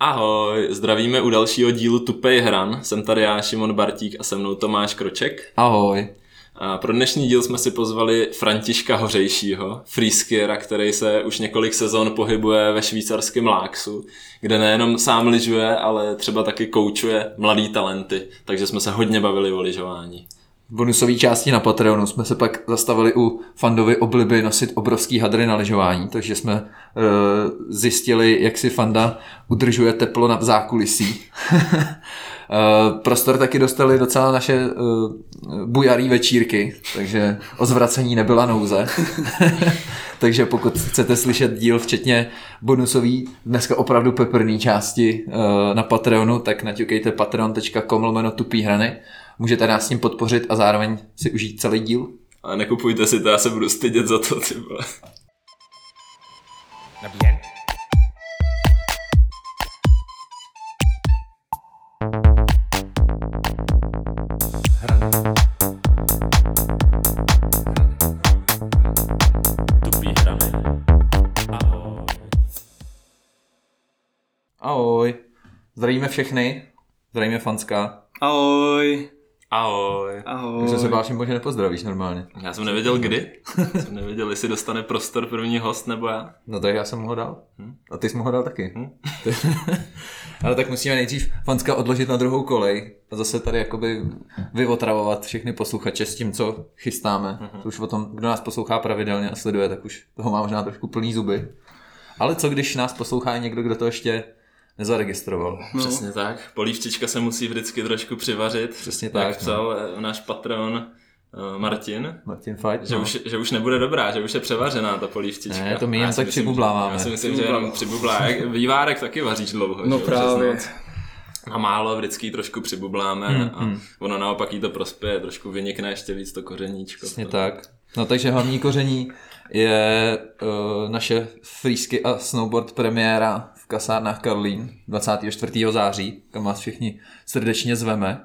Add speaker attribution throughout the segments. Speaker 1: Ahoj, zdravíme u dalšího dílu Tupej hran. Jsem tady já, Šimon Bartík a se mnou Tomáš Kroček.
Speaker 2: Ahoj.
Speaker 1: A pro dnešní díl jsme si pozvali Františka Hořejšího, freeskiera, který se už několik sezon pohybuje ve švýcarském Láxu, kde nejenom sám lyžuje, ale třeba taky koučuje mladý talenty, takže jsme se hodně bavili o lyžování.
Speaker 2: V bonusové části na Patreonu jsme se pak zastavili u Fandovy obliby nosit obrovský hadry na lyžování, takže jsme e, zjistili, jak si Fanda udržuje teplo na zákulisí. e, prostor taky dostali docela naše e, bujarý večírky, takže o zvracení nebyla nouze. takže pokud chcete slyšet díl, včetně bonusový, dneska opravdu peprný části e, na Patreonu, tak naťukejte patreon.com lomeno tupý hrany můžete nás s tím podpořit a zároveň si užít celý díl.
Speaker 1: Ale nekupujte si to, já se budu stydět za to, ty vole.
Speaker 2: Ahoj. Zdravíme všechny. Zdravíme Fanska.
Speaker 3: Ahoj.
Speaker 1: Ahoj.
Speaker 3: Ahoj.
Speaker 2: Takže se báším, že nepozdravíš normálně.
Speaker 1: Já jsem nevěděl kdy. jsem nevěděl, jestli dostane prostor první host nebo já.
Speaker 2: No tak já jsem mu ho dal. Hm? A ty jsi mu ho dal taky.
Speaker 1: Hm?
Speaker 2: Ale tak musíme nejdřív Fanska odložit na druhou kolej a zase tady jakoby vyotravovat všechny posluchače s tím, co chystáme.
Speaker 1: Mhm.
Speaker 2: To už o tom, kdo nás poslouchá pravidelně a sleduje, tak už toho má možná trošku plný zuby. Ale co když nás poslouchá někdo, kdo to ještě nezaregistroval?
Speaker 1: No. Přesně tak. Polívčička se musí vždycky trošku přivařit.
Speaker 2: Přesně
Speaker 1: Jak
Speaker 2: tak, no.
Speaker 1: psal eh, náš patron eh, Martin.
Speaker 2: Martin no. Fight.
Speaker 1: Že, už, že už nebude dobrá, že už je převařená ta polívčička.
Speaker 2: Ne, to my
Speaker 1: A já
Speaker 2: jen
Speaker 1: si
Speaker 2: tak
Speaker 1: myslím,
Speaker 2: přibubláváme.
Speaker 1: Já si myslím, že jenom přibublá. Jak Vývárek taky vaříš dlouho.
Speaker 3: No
Speaker 1: že jo,
Speaker 3: právě.
Speaker 1: přes noc. A málo vždycky jí trošku přibubláme hmm, a ono naopak jí to prospěje, trošku vynikne ještě víc to kořeníčko.
Speaker 2: Přesně
Speaker 1: To-
Speaker 2: tak. No takže hlavní koření je uh, naše freesky a snowboard premiéra v kasárnách Karlín 24. září, kam vás všichni srdečně zveme.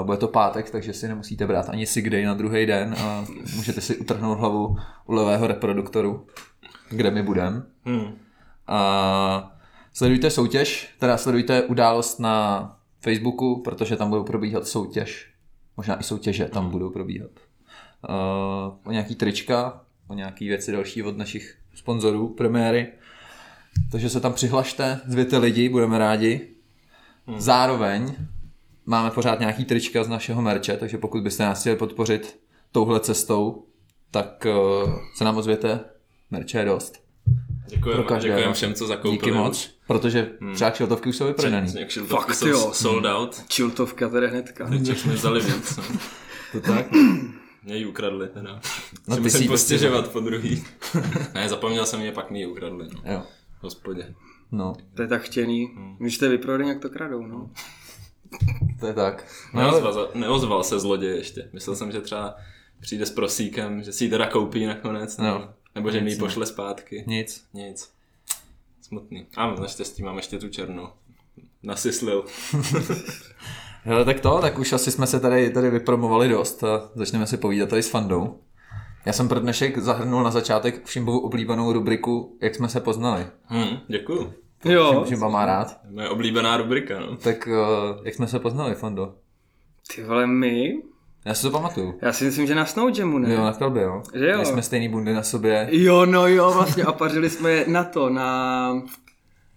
Speaker 2: Uh, bude to pátek, takže si nemusíte brát ani sick day na druhý den a můžete si utrhnout hlavu u levého reproduktoru, kde my budeme.
Speaker 1: Hmm.
Speaker 2: A sledujte soutěž, teda sledujte událost na Facebooku, protože tam budou probíhat soutěž. Možná i soutěže tam budou probíhat. Uh, o nějaký trička, o nějaký věci další od našich sponzorů, premiéry. Takže se tam přihlašte, zvěte lidi, budeme rádi. Zároveň máme pořád nějaký trička z našeho merče, takže pokud byste nás chtěli podpořit touhle cestou, tak uh, se nám ozvěte. Merče je dost.
Speaker 1: Děkujeme,
Speaker 2: Pro každého.
Speaker 1: děkujeme všem, co zakoupili.
Speaker 2: Díky moc, protože třeba kšiltovky už jsou vyprodaný.
Speaker 1: Fakt
Speaker 3: Fakt
Speaker 1: jo.
Speaker 3: jo.
Speaker 1: Sold out.
Speaker 3: Čiltovka tady hnedka.
Speaker 2: Hmm.
Speaker 1: Čech jsme vzali víc. no.
Speaker 2: To tak?
Speaker 1: Mě ji ukradli teda.
Speaker 2: No,
Speaker 1: No,
Speaker 2: ty
Speaker 1: musím
Speaker 2: si ji
Speaker 1: postěžovat po druhý. ne, zapomněl jsem je, pak mi ji ukradli. No.
Speaker 2: Jo.
Speaker 1: V hospodě.
Speaker 2: No,
Speaker 3: To je tak chtěný.
Speaker 2: Hmm.
Speaker 3: Když jste vyprodej, jak to kradou, no.
Speaker 2: to je tak. No,
Speaker 1: Neozval, neozval se zloděj ještě. Myslel jsem, že třeba přijde s prosíkem, že si ji teda koupí nakonec. Nebo,
Speaker 2: No.
Speaker 1: nebo že mi ji
Speaker 2: Nic ne.
Speaker 1: pošle zpátky.
Speaker 2: nic.
Speaker 1: Nic. Smutný. A naštěstí mám ještě tu černou. Nasyslil.
Speaker 2: Hele, tak to, tak už asi jsme se tady, tady vypromovali dost a začneme si povídat tady s Fandou. Já jsem pro dnešek zahrnul na začátek Šimbovu oblíbenou rubriku Jak jsme se poznali.
Speaker 1: Hm, děkuju.
Speaker 3: Jo.
Speaker 2: Šimba má rád.
Speaker 1: To je Moje oblíbená rubrika, no.
Speaker 2: Tak eh, jak jsme se poznali, Fando?
Speaker 3: Ty vole, my?
Speaker 2: Já si to pamatuju.
Speaker 3: Já si myslím, že na Snow Jamu, ne?
Speaker 2: Jo, na kalbě, jo.
Speaker 3: Že jo?
Speaker 2: Měli jsme stejný bundy na sobě,
Speaker 3: Jo, no jo, vlastně. A pařili jsme je na to, na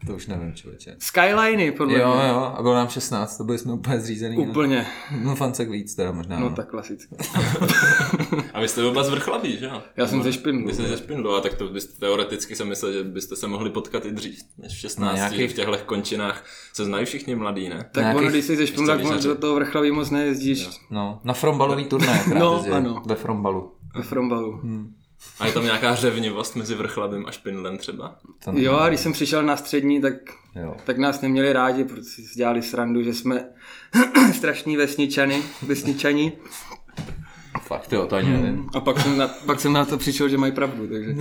Speaker 2: to už nevím, člověče.
Speaker 3: Skyliny, podle
Speaker 2: Jo,
Speaker 3: mě.
Speaker 2: jo, a bylo nám 16, to byli jsme úplně zřízený. no.
Speaker 3: Úplně.
Speaker 2: No fancek víc teda možná.
Speaker 3: No tak klasicky.
Speaker 1: A vy jste oba z Vrchlabí, že jo?
Speaker 3: Já jsem ze Špindlu.
Speaker 1: Vy jste ze Špindlu, a tak to byste teoreticky jsem myslel, že byste se mohli potkat i dřív, než v 16.
Speaker 2: Na
Speaker 1: Nějakých...
Speaker 2: nějakých-
Speaker 1: V těchto končinách se znají všichni mladí, ne?
Speaker 3: Tak
Speaker 2: Nějakých-
Speaker 3: ono, když jsi ze Špindlu, tak
Speaker 1: Ještě
Speaker 3: moc
Speaker 1: lyžaři.
Speaker 3: do toho vrchlaví moc nejezdíš
Speaker 2: No, na frombalový turnaj. akorát
Speaker 3: No,
Speaker 2: jezdili.
Speaker 3: ano.
Speaker 2: Ve frombalu.
Speaker 3: ve Frombalu.
Speaker 1: A je tam nějaká řevnivost mezi Vrchlabem a Špindlem třeba?
Speaker 2: To
Speaker 3: Jo, a když jsem přišel na střední, tak
Speaker 2: jo.
Speaker 3: tak nás neměli rádi, protože si dělali srandu, že jsme strašní vesničany, vesničani.
Speaker 2: Fakt, jo, to ani nevím.
Speaker 3: Hmm. A pak jsem, na, pak jsem na to přišel, že mají pravdu, takže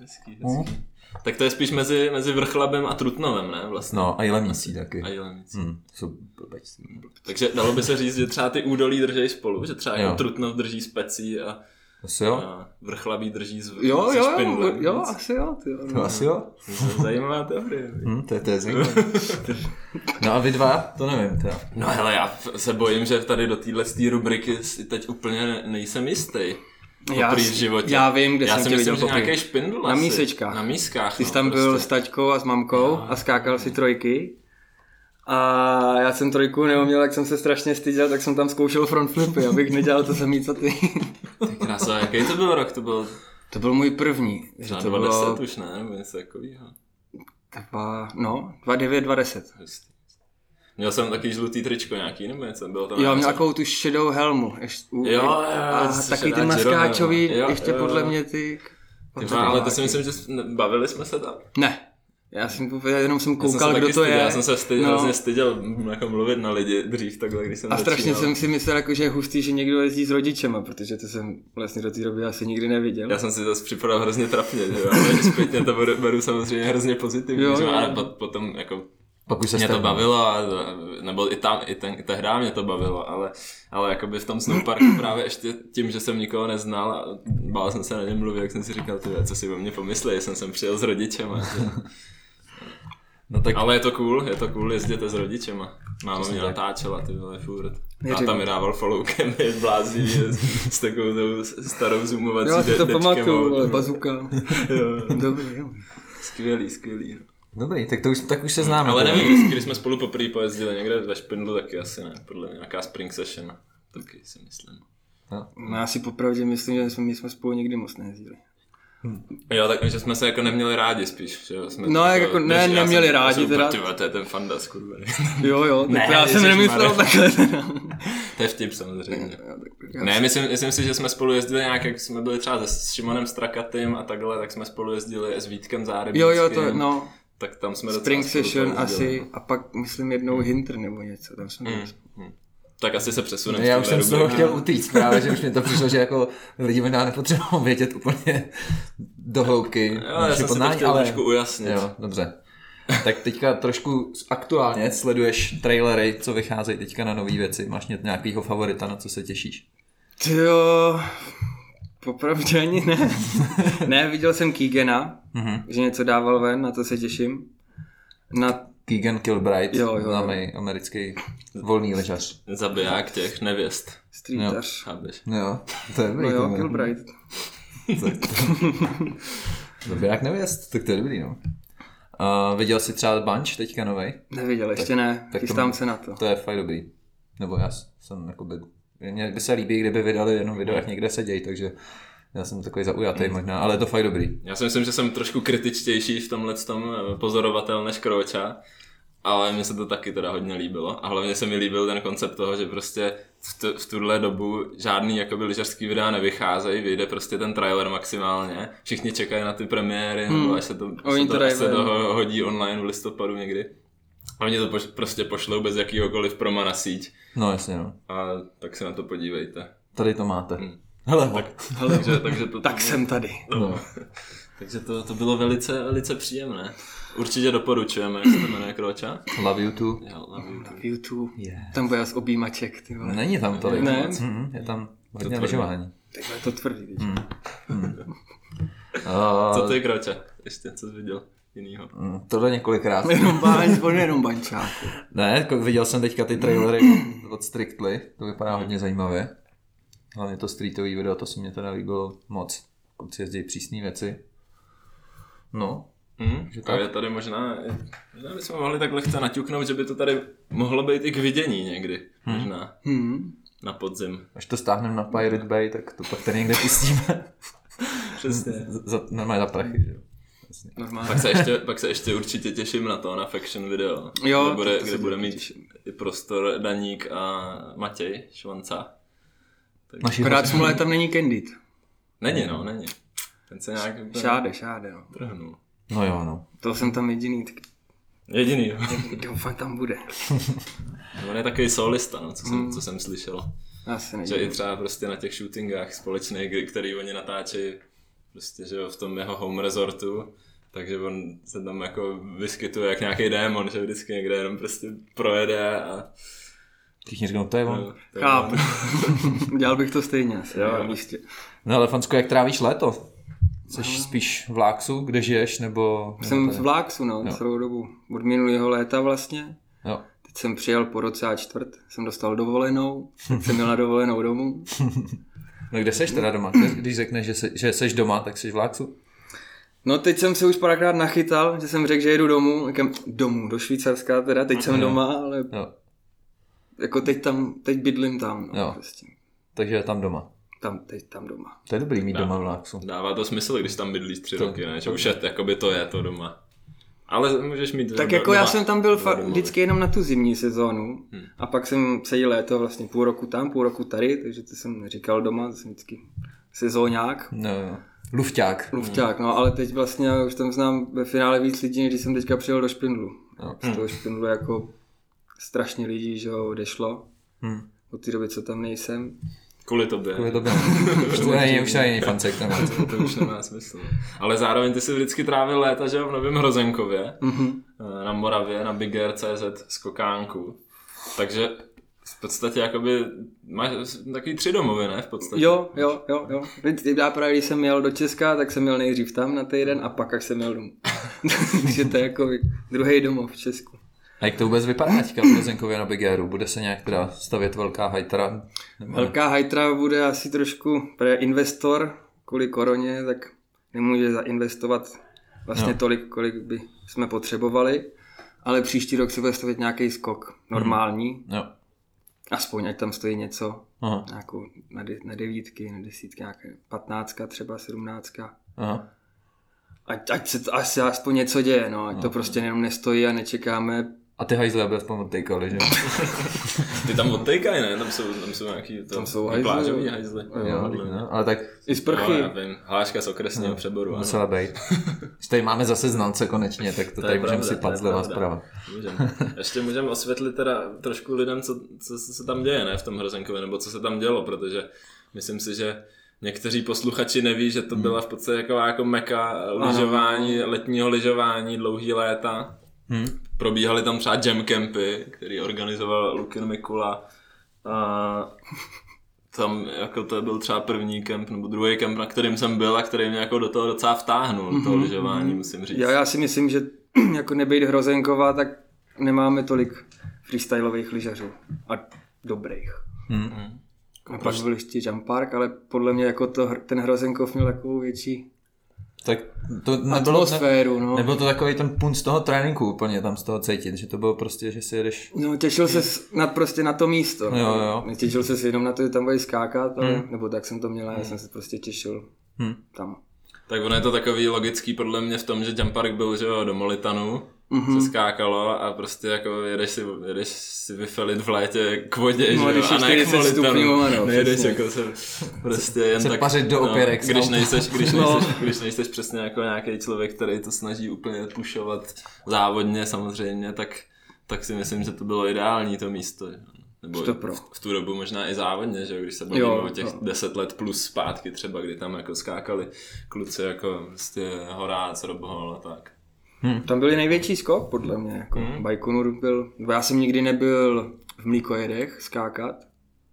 Speaker 1: Hezký,
Speaker 2: No.
Speaker 1: hezký.
Speaker 3: Hmm.
Speaker 1: Tak to je spíš mezi, mezi Vrchlabem a Trutnovem, ne? Vlastně.
Speaker 2: No, a Jilemnicí taky.
Speaker 1: A Jelenicí.
Speaker 2: Hm, jsou blbečci.
Speaker 1: Takže dalo by se říct, že třeba ty údolí drží spolu, že třeba
Speaker 2: Jo.
Speaker 1: jako Trutnov drží specí a
Speaker 2: Asi jo?
Speaker 1: A Vrchlabí drží z,
Speaker 3: Jo,
Speaker 1: se
Speaker 3: jo, jo,
Speaker 1: špindlem.
Speaker 3: jo, asi jo, no. ty jo.
Speaker 1: No,
Speaker 2: To asi jo?
Speaker 1: Zajímavá teorie.
Speaker 2: Hm, to je to je zajímavé. No a vy dva? To nevím teda.
Speaker 1: No hele, já f- se bojím, že tady do téhle tý rubriky si teď úplně ne- nejsem jistý.
Speaker 3: Já
Speaker 1: Poprý
Speaker 3: si-
Speaker 1: v životě.
Speaker 3: já vím, kde
Speaker 1: já
Speaker 3: jsem
Speaker 1: jsem
Speaker 3: tě
Speaker 1: myslím,
Speaker 3: viděl
Speaker 1: že
Speaker 3: poprý.
Speaker 1: nějaký špindl
Speaker 3: Na
Speaker 1: asi.
Speaker 3: mísečkách.
Speaker 1: Na mískách.
Speaker 3: Ty jsi tam
Speaker 1: no,
Speaker 3: byl s
Speaker 1: prostě.
Speaker 3: taťkou a s mamkou a skákal si trojky. A já jsem trojku neuměl, jak jsem se strašně styděl, tak jsem tam zkoušel frontflipy, abych nedělal to samý, co ty.
Speaker 1: Krása, jaký to byl rok? To byl
Speaker 3: to byl můj první. Že
Speaker 1: třeba
Speaker 3: to bylo
Speaker 1: 20 už, ne? Nebo něco takového.
Speaker 3: dva, no, 29, 20.
Speaker 1: Hustý. Měl jsem taky žlutý tričko nějaký, nebo něco? Bylo tam
Speaker 3: Jo, měl
Speaker 1: něco-
Speaker 3: takovou tu šedou helmu. Ještě, u-
Speaker 1: Jo, jo,
Speaker 3: a
Speaker 1: jsi
Speaker 3: taky
Speaker 1: šedá
Speaker 3: ty maskáčový,
Speaker 1: červená. Jo,
Speaker 3: ještě
Speaker 1: jo, jo.
Speaker 3: podle mě ty...
Speaker 1: Ty vole, ale to si myslím, že s- ne- bavili jsme se tam.
Speaker 3: Ne, já jsem vůbec- já jenom jsem
Speaker 1: Já jsem
Speaker 3: koukal,
Speaker 1: se
Speaker 3: kdo
Speaker 1: taky
Speaker 3: to
Speaker 1: styděl,
Speaker 3: je.
Speaker 1: Já jsem se styděl,
Speaker 3: No.
Speaker 1: hrozně styděl m, jako mluvit na lidi dřív takhle, když jsem
Speaker 3: A strašně
Speaker 1: začínal.
Speaker 3: jsem si myslel, jako, že je hustý, že někdo jezdí s rodičema, protože to jsem vlastně do té doby asi nikdy neviděl.
Speaker 1: Já jsem si zase připadal hrozně trapně, že jo, ale zpětně to beru, beru samozřejmě hrozně pozitivně,
Speaker 3: Jo,
Speaker 1: jo, jo.
Speaker 3: jo.
Speaker 1: ale po- potom jako
Speaker 2: Pak už se
Speaker 1: mě to
Speaker 2: stane.
Speaker 1: bavilo, a, nebo i, tam, i, ten, i ta hra mě to bavilo, ale, ale jakoby v tom snowparku právě ještě tím, že jsem nikoho neznal a bál jsem se na něm mluvit, jak jsem si říkal, ty, co si o mě pomyslí, jsem sem přijel s rodičema. že?
Speaker 2: No tak
Speaker 1: ale je to cool, je to cool, jezděte s rodičema. Máma mě
Speaker 2: tak.
Speaker 1: natáčela, ty vole, furt.
Speaker 3: Neříkej.
Speaker 1: Táta mi dával followkem, je blází s, s takovou tou starou zoomovací
Speaker 3: Jo, já si to
Speaker 1: dečkem,
Speaker 3: pamatuju,
Speaker 1: jo.
Speaker 3: ale bazuka.
Speaker 1: Jo.
Speaker 3: Dobrý, jo.
Speaker 1: Skvělý, skvělý.
Speaker 2: Dobrý, tak, to už, tak už se známe.
Speaker 1: Ale
Speaker 2: teda.
Speaker 1: nevím, jestli když jsme spolu poprvé pojezdili někde ve Špindlu, taky asi ne, podle mě nějaká spring session, taky si myslím.
Speaker 3: No, já si popravdě myslím, že jsme, my jsme spolu nikdy moc nejezdili.
Speaker 1: Jo, tak že jsme se jako neměli rádi spíš, že jo, jsme
Speaker 3: No,
Speaker 1: jako,
Speaker 3: jako ne,
Speaker 1: když já
Speaker 3: neměli
Speaker 1: jsem-
Speaker 3: rádi
Speaker 1: jsem
Speaker 3: teda.
Speaker 1: úplně, Ty, vole, to je ten fanda skurvený.
Speaker 3: Jo, jo, tak
Speaker 1: Ne,
Speaker 3: ne, já jsem
Speaker 1: Ježišmarja.
Speaker 3: nemyslel takhle. teda.
Speaker 1: to je vtip samozřejmě.
Speaker 3: Jo, tak já-
Speaker 1: Ne, myslím, myslím si, že jsme spolu jezdili nějak, jak jsme byli třeba se s Šimonem Strakatým a takhle, tak jsme spolu jezdili s Vítkem Zárybským.
Speaker 3: Jo, jo, to, no,
Speaker 1: Tak tam jsme docela
Speaker 3: Spring
Speaker 1: spolu no.
Speaker 3: Session
Speaker 1: pojezdili. Hmm,
Speaker 3: asi a pak, myslím, jednou Hinter nebo něco, tam jsme
Speaker 1: Mm.
Speaker 3: byli.
Speaker 1: Tak asi se přesuneme.
Speaker 2: Já
Speaker 1: v
Speaker 2: už
Speaker 1: téhle
Speaker 2: jsem z toho
Speaker 1: rubrice.
Speaker 2: chtěl utíct právě, že už mi to přišlo, že jako lidi možná nepotřebují vědět úplně do hloubky
Speaker 1: Jo, já
Speaker 2: naše
Speaker 1: jsem si to
Speaker 2: poznání,
Speaker 1: chtěl trošku ujasnit.
Speaker 2: Jo, dobře. Tak teďka trošku aktuálně sleduješ trailery, co vycházejí teďka na nové věci. Máš ně- nějakýho favorita, na co se těšíš?
Speaker 3: Ty jo, popravdě ani ne. ne, viděl jsem Keegana,
Speaker 2: Mhm.
Speaker 3: že něco dával ven, na to se těším. Na,
Speaker 2: Keegan Kilbright,
Speaker 3: Jo, jo, jo.
Speaker 2: známý americký volný lyžař.
Speaker 1: Zabiják těch nevěst,
Speaker 3: Streetař.
Speaker 1: chápeš?
Speaker 2: Jo, to je dobrý.
Speaker 3: No jo,
Speaker 2: to je-
Speaker 3: Kilbright.
Speaker 2: Dobře, jak nevěst, tak to je dobrý, no. Uh, viděl jsi třeba Bunch teďka novej?
Speaker 3: Neviděl, ještě ne,
Speaker 2: tak to-
Speaker 3: chystám se na to.
Speaker 2: To je fakt dobrý. Nebo já jsem jakoby, mně by se líbí, kdyby vydali jenom video, jak někde sedějí, takže já jsem takový zaujatý možná, ale je to fakt dobrý.
Speaker 1: Já si myslím, že jsem trošku kritičtější v tomhle tom eh, pozorovatel než Kroča, ale mně se to taky teda hodně líbilo. A hlavně se mi líbil ten koncept toho, že prostě v, t- v tuhle dobu žádný jakoby lyžařský videa nevycházejí, vyjde prostě ten trailer maximálně. Všichni čekají na ty premiéry, hmm. nebo až se to, až se
Speaker 3: Oni to
Speaker 1: to, až
Speaker 3: dají
Speaker 1: se
Speaker 3: ven.
Speaker 1: to ho- hodí online v listopadu někdy. A mě to poš- prostě pošlou bez jakýhokoliv proma na síť.
Speaker 2: No jasně, no.
Speaker 1: A tak se na to podívejte.
Speaker 2: Tady to máte. Hele, tak.
Speaker 1: takže, takže to,
Speaker 3: Tak jsem tady.
Speaker 2: No.
Speaker 1: Takže to, to bylo velice, velice příjemné. Určitě doporučujeme, jak se to jmenuje Mhm. Kroča.
Speaker 2: Love you too.
Speaker 1: Jo, love you.
Speaker 3: V YouTube.
Speaker 2: Yeah.
Speaker 3: Tam bude z objímaček, ty vole.
Speaker 2: Není tam tolik.
Speaker 3: Ne.
Speaker 2: Mm, je tam hodně
Speaker 1: tvrdý.
Speaker 2: lyžování.
Speaker 3: Takhle je to tvrdý,
Speaker 2: Hmm.
Speaker 3: víš.
Speaker 1: Co
Speaker 2: Uh,
Speaker 1: ty Kroča? Ještě, co jsi viděl jinýho?
Speaker 2: tohle mm, několikrát.
Speaker 3: Jenom baň, on je jenom baňčák.
Speaker 2: Ne, jako viděl jsem teďka ty trailery od Strictly, to vypadá hodně zajímavě. Hlavně to streetový video, to se mě teda líbilo moc. Kluci jezdí přísné věci. No,
Speaker 1: Hm?
Speaker 2: Že tak?
Speaker 1: A je tady možná, možná bychom mohli tak lehce naťuknout, že by to tady mohlo být i k vidění někdy. Možná
Speaker 3: Hmm.
Speaker 1: na podzim.
Speaker 2: až to stáhneme na Pirate Bay, tak to pak tady někde pustíme.
Speaker 1: Přesně.
Speaker 2: za, za- normálně za prachy, že jo. Jasně.
Speaker 3: Normálně.
Speaker 1: Pak se, ještě, pak se ještě určitě těším na to, na Faction video,
Speaker 3: Jo,
Speaker 1: kde bude,
Speaker 3: to- to se
Speaker 1: kde bude
Speaker 3: taky
Speaker 1: mít i prostor Daník a Matěj Švanca.
Speaker 2: Naši
Speaker 3: Akorát
Speaker 2: hosti-
Speaker 3: smůla je tam není Candid.
Speaker 1: Není no, není. Ten se nějak úplně
Speaker 3: Šáde, šáde, no.
Speaker 1: trhnul.
Speaker 2: No jo, no.
Speaker 3: To jsem tam jediný, tak
Speaker 1: Jediný. jo.
Speaker 3: doufám tam bude.
Speaker 1: On je takový solista, no, co, jsem,
Speaker 3: Hmm.
Speaker 1: co jsem slyšel.
Speaker 3: Já se
Speaker 1: Že i
Speaker 3: nejde.
Speaker 1: třeba prostě na těch shootingách společných, kdy- který oni natáčejí prostě, že jo, v tom jeho home resortu, takže on se tam jako vyskytuje jak nějaký démon, že vždycky někde jenom prostě projede a
Speaker 2: Všichni řeknou, to je on.
Speaker 1: Jo, to je
Speaker 3: Chápu.
Speaker 1: ono.
Speaker 3: Dělal bych to stejně asi,
Speaker 1: Jo,
Speaker 3: jo,
Speaker 1: jo.
Speaker 3: jo. Místě.
Speaker 2: No ale Fansko, jak trávíš léto? Jsi spíš v Láksu, kde žiješ, nebo...
Speaker 3: Jsem
Speaker 2: nebo
Speaker 3: v
Speaker 2: tady?
Speaker 3: Láksu, no,
Speaker 2: Jo.
Speaker 3: celou dobu. Od minulého léta vlastně.
Speaker 2: Jo.
Speaker 3: Teď jsem přijel po roce a čtvrt, jsem dostal dovolenou, tak jsem měl na dovolenou domů.
Speaker 2: No kde seš teda doma? Kde- Když řekneš, že, se, že seš doma, tak seš v Láksu?
Speaker 3: No teď jsem se už párkrát nachytal, že jsem řekl, že jedu domů, kam, domů, do Švýcarska teda, teď jsem doma, ale
Speaker 2: Jo.
Speaker 3: jako teď tam, teď bydlím tam, no,
Speaker 2: Jo.
Speaker 3: jo. prostě.
Speaker 2: Takže je tam doma.
Speaker 3: Tam, teď tam doma.
Speaker 2: To je dobrý
Speaker 1: No.
Speaker 2: mít doma v Láksu.
Speaker 1: Dává to smysl, když tam bydlíš tři roky, ne? Že už je, jakoby to je to doma. Ale můžeš mít
Speaker 3: Tak
Speaker 1: do-
Speaker 3: jako já
Speaker 1: doma-
Speaker 3: jsem tam byl
Speaker 1: dva
Speaker 3: fa-
Speaker 1: domovy.
Speaker 3: vždycky jenom na tu zimní sezónu a pak jsem celý léto vlastně půl roku tam, půl roku tady, takže to jsem říkal doma, to jsem vždycky sezóňák.
Speaker 2: No, jo. Lufťák.
Speaker 3: Lufťák, no ale teď vlastně já už tam znám ve finále víc lidí, než když jsem teďka přijel do Špindlu.
Speaker 2: Jo.
Speaker 3: Z toho Špindlu jako strašně lidí, že jo, odešlo.
Speaker 2: Hm.
Speaker 3: Od té doby, co tam nejsem.
Speaker 1: Kvůli tobě.
Speaker 2: To je dobré. Už to není, už to není fancek tam.
Speaker 1: To, to už nemá smysl. Ale zároveň ty si vždycky trávil léta, že jo, v Novém Hrozenkově,
Speaker 3: Mhm.
Speaker 1: eh, na Moravě, na Bigger CZ z Kokánku. Takže v podstatě jakoby máš takový tři domovy, ne? V podstatě.
Speaker 3: Jo, jo, jo, jo. Teď- Já právě, když jsem jel do Česka, tak jsem jel nejdřív tam na týden a pak až jsem jel domů. Takže to je jako druhý domov v Česku.
Speaker 2: A jak to vůbec vypadá teďka v Plzeňkově na Bigéru? Bude se nějak teda stavět velká hajtera?
Speaker 3: Velká hajtra bude asi trošku, protože investor kvůli koroně, tak nemůže zainvestovat vlastně
Speaker 2: No.
Speaker 3: no. tolik, kolik by jsme potřebovali, ale příští rok se bude stavět nějaký skok normální, hmm.
Speaker 2: Jo.
Speaker 3: aspoň ať tam stojí něco,
Speaker 2: No. Aha,
Speaker 3: nějakou na, de- na devítky, na desítky, nějaké patnáctka, třeba sedmnáctka.
Speaker 2: aha.
Speaker 3: Ať, ať se to asi aspoň něco děje, no, ať to prostě jenom nestojí a nečekáme.
Speaker 2: A ty hajzle aby aspoň odtejkali, že?
Speaker 1: Ty tam odtejkají, ne? Tam jsou, tam jsou nějaký to,
Speaker 3: Tam jsou
Speaker 1: i
Speaker 3: hajzle.
Speaker 1: plážový hajzly.
Speaker 2: jo,
Speaker 1: Podle mě.
Speaker 2: no, ale tak no,
Speaker 3: I z prchy.
Speaker 1: No, já vím, hláška z okresního přeboru. ano.
Speaker 2: musela být. Když tady máme zase znalce konečně, tak
Speaker 1: To
Speaker 2: to,
Speaker 1: je
Speaker 2: tady můžeme
Speaker 1: pravda, to
Speaker 2: sypat
Speaker 1: je
Speaker 2: zleva
Speaker 1: pravda.
Speaker 2: zprava.
Speaker 1: Můžem. Ještě můžeme osvětlit teda trošku lidem, co, co se tam děje, ne, v tom Hrozenkově, nebo co se tam dělo, protože myslím si, že někteří posluchači neví, že to byla v podstatě jako, jako meka lyžování, letního lyžování, dlouhý léta.
Speaker 2: Hm.
Speaker 1: Probíhaly tam třeba jam campy, který organizoval Lukin Mikula. A tam jako to byl třeba první kemp nebo druhý kemp, na kterým jsem byl a který mě jako do toho docela vtáhnul, do toho lyžování, musím říct.
Speaker 3: Já, já si myslím, že jako nebejt Hrozenková, tak nemáme tolik freestyleových lyžařů a dobrých.
Speaker 2: Hm.
Speaker 3: Hmm. A pak byl ještě Jump Park, ale podle mě jako to, hr- ten Hrozenkov měl takovou větší
Speaker 2: Tak to nebylo, ne,
Speaker 3: atmosféru, no.
Speaker 2: nebyl to takový ten punt z toho tréninku úplně tam z toho cítit, že to bylo prostě, že si jedeš
Speaker 3: No, těšil se na, prostě na to místo.
Speaker 2: Jo, jo.
Speaker 3: Těšil se jenom na to, že tam bude skákat, ale, nebo tak jsem to měl, já jsem se prostě těšil
Speaker 2: Hm.
Speaker 3: tam.
Speaker 1: Tak ono je to takový logický podle mě v tom, že Jump Park byl, že jo, do Molitanu,
Speaker 3: Mhm.
Speaker 1: mm-hmm. se skákalo a prostě jako jedeš si, jedeš si vyfelit v létě k vodě,
Speaker 3: No,
Speaker 1: že jo,
Speaker 3: když
Speaker 1: a
Speaker 3: je
Speaker 1: ne k
Speaker 3: 40
Speaker 1: Molitanu.
Speaker 3: stupňů, ano,
Speaker 1: Nejedeš
Speaker 3: přesně.
Speaker 1: jako se prostě jen
Speaker 2: se
Speaker 1: tak.
Speaker 2: pařit do opěrek s
Speaker 1: když
Speaker 2: autem.
Speaker 1: nejseš, když
Speaker 3: No.
Speaker 1: nejseš, když nejseš přesně jako nějaký člověk, který to snaží úplně pušovat závodně samozřejmě, tak, tak si myslím, že to bylo ideální to místo. že jo. Nebo
Speaker 3: To pro.
Speaker 1: v, v tu dobu možná i závodně, že jo, když se bavíme
Speaker 3: Jo, no.
Speaker 1: o těch
Speaker 3: jo.
Speaker 1: 10 let plus zpátky třeba, kdy tam jako skákali kluci jako prostě Horác, Robhol a tak.
Speaker 3: Tam byl i největší skok, podle mě. Jako hmm. Bajkonur byl, nebo já jsem nikdy nebyl v Mlíkojedech skákat,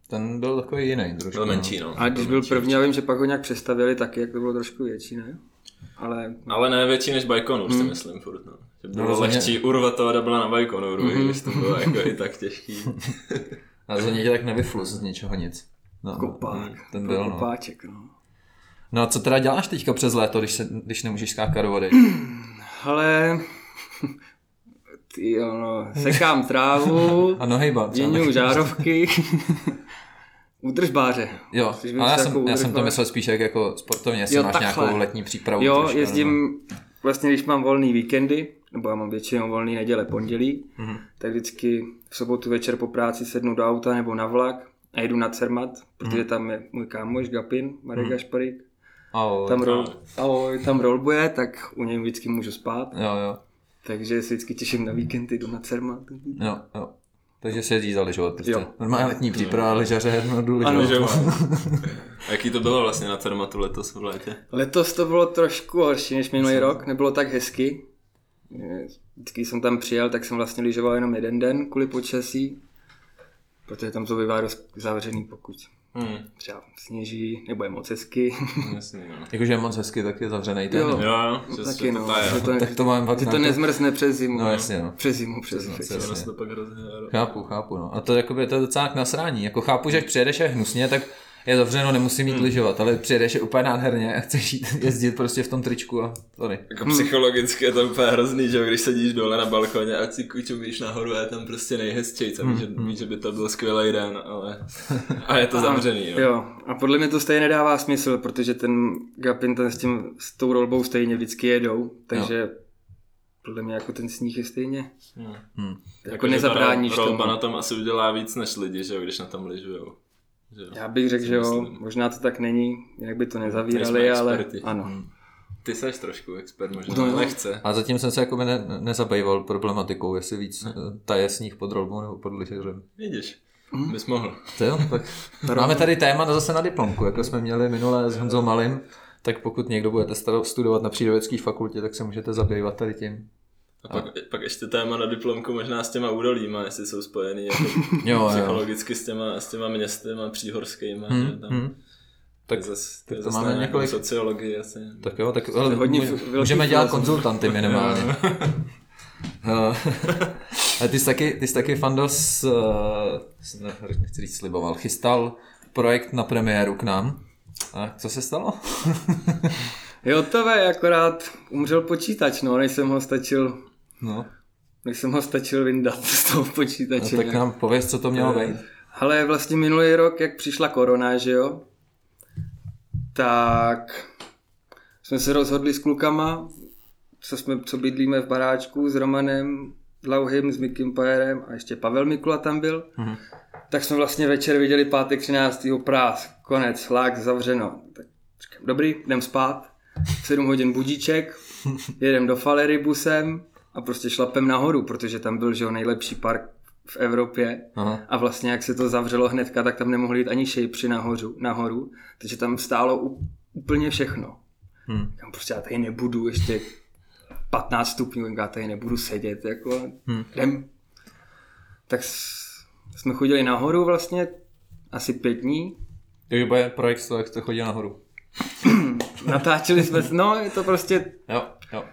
Speaker 2: Ten byl takový jiný trošku.
Speaker 1: Byl menší, no.
Speaker 3: ale když byl první, já vím, že pak ho nějak přestavěli taky, jak to bylo trošku větší, ne? Ale no,
Speaker 1: Ale ne větší než Bajkonur,
Speaker 3: Hmm.
Speaker 1: si myslím furt, no. Že bylo no,
Speaker 2: rozhodně.
Speaker 1: lehčí urvat toho byla na Bajkonuru,
Speaker 3: Mhm.
Speaker 1: mm. když to bylo jako i tak těžký.
Speaker 2: A za tě tak nevyflus z ničeho nic. No,
Speaker 3: kopák,
Speaker 2: ten byl, no.
Speaker 3: kopáček, no.
Speaker 2: no. a co teda děláš teďka přes léto, když, se, když nemůžeš skákat do vody?
Speaker 3: Ale ty, jo, no, sekám trávu,
Speaker 2: A nohejba třeba.
Speaker 3: Děňuju žárovky. Udržbáře.
Speaker 2: Jo,
Speaker 3: Chceš být
Speaker 2: ale já
Speaker 3: jako
Speaker 2: jsem, já jsem to
Speaker 3: udržbář?
Speaker 2: myslel spíš jak jako sportovně, jestli
Speaker 3: Jo,
Speaker 2: máš
Speaker 3: takhle.
Speaker 2: nějakou letní přípravu.
Speaker 3: Jo,
Speaker 2: trošku,
Speaker 3: jezdím,
Speaker 2: no.
Speaker 3: vlastně když mám volný víkendy, nebo já mám většinou volný neděle, pondělí,
Speaker 2: Mhm.
Speaker 3: mm-hmm. tak vždycky v sobotu večer po práci sednu do auta nebo na vlak a jedu na Cermat,
Speaker 2: Mhm.
Speaker 3: protože tam je můj kámoš Gapin, Marek mm-hmm. Gašparík,
Speaker 2: Ahoj.
Speaker 3: tam, rol, ahoj, tam rolbuje, tak u něj vždycky můžu spát,
Speaker 2: Jo, jo,
Speaker 3: takže se vždycky těším na víkendy, jdu na Cermat.
Speaker 2: jo, jo. Takže se jezdí zalyžovat prostě.
Speaker 3: Jo.
Speaker 2: Normálně letní příprava, lyžaře, no jdu lyžovat.
Speaker 1: Že jo. A Jaký to bylo vlastně na Cermatu letos v létě?
Speaker 3: Letos to bylo trošku horší než minulý rok, nebylo tak hezky. Vždycky když jsem tam přijel, tak jsem vlastně lyžoval jenom jeden den kvůli počasí. protože tam to bývá dost zavřený, pokud
Speaker 1: Hmm,
Speaker 3: třeba sněží, nebo je moc hezky.
Speaker 1: jasný, no.
Speaker 2: Jakože je moc hezky, tak je zavřený ten.
Speaker 3: ten.
Speaker 1: Jo, jo,
Speaker 3: No,
Speaker 1: že
Speaker 3: taky
Speaker 1: se
Speaker 3: no,
Speaker 1: to taje,
Speaker 3: že
Speaker 1: no.
Speaker 3: to,
Speaker 2: Tak to mám fakt
Speaker 3: že to
Speaker 2: na-
Speaker 3: nezmrzne přes zimu.
Speaker 2: No, jasně, no.
Speaker 3: Přes zimu, přes zimu.
Speaker 2: jasně.
Speaker 1: Ono se to pak rozhraje.
Speaker 2: Chápu, chápu, no. A to, jakoby, to je docela k nasrání. Jako chápu, že když přijedeš a je hnusně, tak je zavřeno, nemusí mít
Speaker 1: Hmm.
Speaker 2: lyžovat, ale přijedeš je úplně nádherně a chceš jít jezdit prostě v tom tričku a tady.
Speaker 1: Jako psychologicky je to úplně hrozný, že jo, když sedíš dole na balkoně a si kučumíš nahoru a je tam prostě nejhezčej, co víš, že, víš, že by to byl skvělý den, ale a je to zavřený, jo.
Speaker 3: Jo, a podle mě to stejně nedává smysl, protože ten Gapin ten s, tím, s tou rolbou stejně vždycky jedou, takže jo. podle mě jako ten sníh je stejně.
Speaker 1: Hmm.
Speaker 3: Jako, nezabráníš
Speaker 1: tomu.
Speaker 3: tomu.
Speaker 1: na tom asi udělá víc než lidi, že jo, když na tom ližujou. Že jo.
Speaker 3: Já bych řekl,
Speaker 1: si
Speaker 3: že jo,
Speaker 1: myslím.
Speaker 3: možná to tak není, jinak by to nezavírali,
Speaker 1: Nejsme
Speaker 3: ale
Speaker 1: experti.
Speaker 3: ano.
Speaker 1: Ty seš trošku expert možná,
Speaker 3: No
Speaker 1: no,
Speaker 3: jo.
Speaker 1: lehce.
Speaker 2: Hmm. A zatím jsem se jako ne, nezabýval problematikou, jestli víc eh, taje sníh pod rolbou nebo pod lyžařem.
Speaker 1: Vidíš,
Speaker 3: Mhm.
Speaker 1: bys mohl.
Speaker 2: To jo, tak máme tady téma na- zase na diplomku, jako jsme měli minule s Honzou Malým, tak pokud někdo budete staro- studovat na přírodovědské fakultě, tak se můžete zabývat tady tím.
Speaker 1: A pak, pak ještě téma na diplomku možná s těma údolíma, jestli jsou spojený jako
Speaker 2: Jo, jo.
Speaker 1: psychologicky s těma, s těma městyma příhorskýma. že tam.
Speaker 2: Hm.
Speaker 1: Tak, zas, tak
Speaker 2: to máme několik-
Speaker 1: sociologii asi.
Speaker 2: Tak jo, tak ale
Speaker 3: hodně
Speaker 2: hodně
Speaker 3: fi- velký
Speaker 2: můžeme dělat
Speaker 3: filozof.
Speaker 2: konzultanty minimálně. Eh, A ty jsi taky, ty jsi taky Fandos, eh, s- ne, nechci říct sliboval, chystal projekt na premiéru k nám. A co se stalo?
Speaker 3: Jo, to ve, akorát umřel počítač, no, než jsem ho stačil,
Speaker 2: No,
Speaker 3: než jsem ho stačil vyndat z toho
Speaker 2: no
Speaker 3: počítače.
Speaker 2: tak nám pověz, co to mělo být.
Speaker 3: Ale vlastně minulý rok, jak přišla korona, že jo, tak jsme se rozhodli s klukama, co, jsme, co bydlíme v baráčku s Romanem Dlouhým, s Mikim Pajerem a ještě Pavel Mikula tam byl. Mm-hmm. Tak jsme vlastně večer viděli pátek 13. prás, konec, lák, zavřeno. Tak říkám, dobrý, jdem spát. V 7 hodin budíček, jedem do Falery busem a prostě šlapem nahoru, protože tam byl, že jo, nejlepší park v Evropě.
Speaker 2: Aha.
Speaker 3: A vlastně jak se to zavřelo hnedka, tak tam nemohli jít ani šejpři nahoru, nahoru, takže tam stálo u- úplně všechno.
Speaker 2: Hmm.
Speaker 3: Tam prostě já tady nebudu ještě 15 stupňů, já tady nebudu sedět, jako hmm. jdem. Tak s- jsme chodili nahoru vlastně asi pět dní,
Speaker 2: Takže bude projekt z toho, jak jste chodil nahoru.
Speaker 3: natáčeli jsme, se- no je to prostě
Speaker 2: Jo, jo.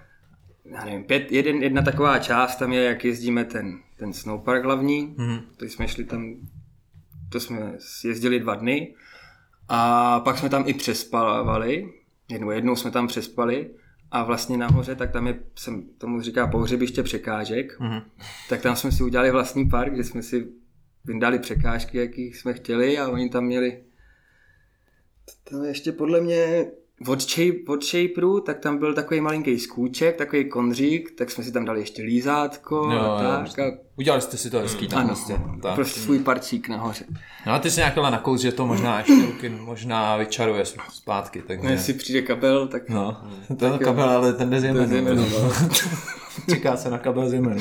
Speaker 3: já nevím, pět, jeden, jedna taková část tam je, jak jezdíme ten, ten snowpark hlavní,
Speaker 2: Mhm,
Speaker 3: mm-hmm. to jsme šli tam, to jsme jezdili dva dny a pak jsme tam i přespávali, jednou, jednou jsme tam přespali a vlastně nahoře, tak tam je, jsem tomu říká pohřebiště překážek, mm-hmm.
Speaker 2: mhm.
Speaker 3: tak tam jsme si udělali vlastní park, kde jsme si vyndali překážky, jakých jsme chtěli a oni tam měli to ještě podle mě od, shape, od Shaperu, tak tam byl takový malinký skůček, takový konřík, tak jsme si tam dali ještě lízátko
Speaker 2: Jo, jo,
Speaker 3: a tak.
Speaker 2: prostě.
Speaker 3: a,
Speaker 2: Udělali jste si to hezký tam
Speaker 3: ano,
Speaker 2: prostě. Tak.
Speaker 3: prostě svůj parčík nahoře.
Speaker 2: No a ty jsi nějak ale na kous, že to možná ještě ruky možná vyčaruje zpátky. Tak
Speaker 3: No, jestli přijde kabel, tak
Speaker 2: No, ten kabel, ale ten jde z
Speaker 3: to je
Speaker 2: Jemenu.
Speaker 3: zjemeno. no.
Speaker 2: Čeká se na kabel z Jemenu.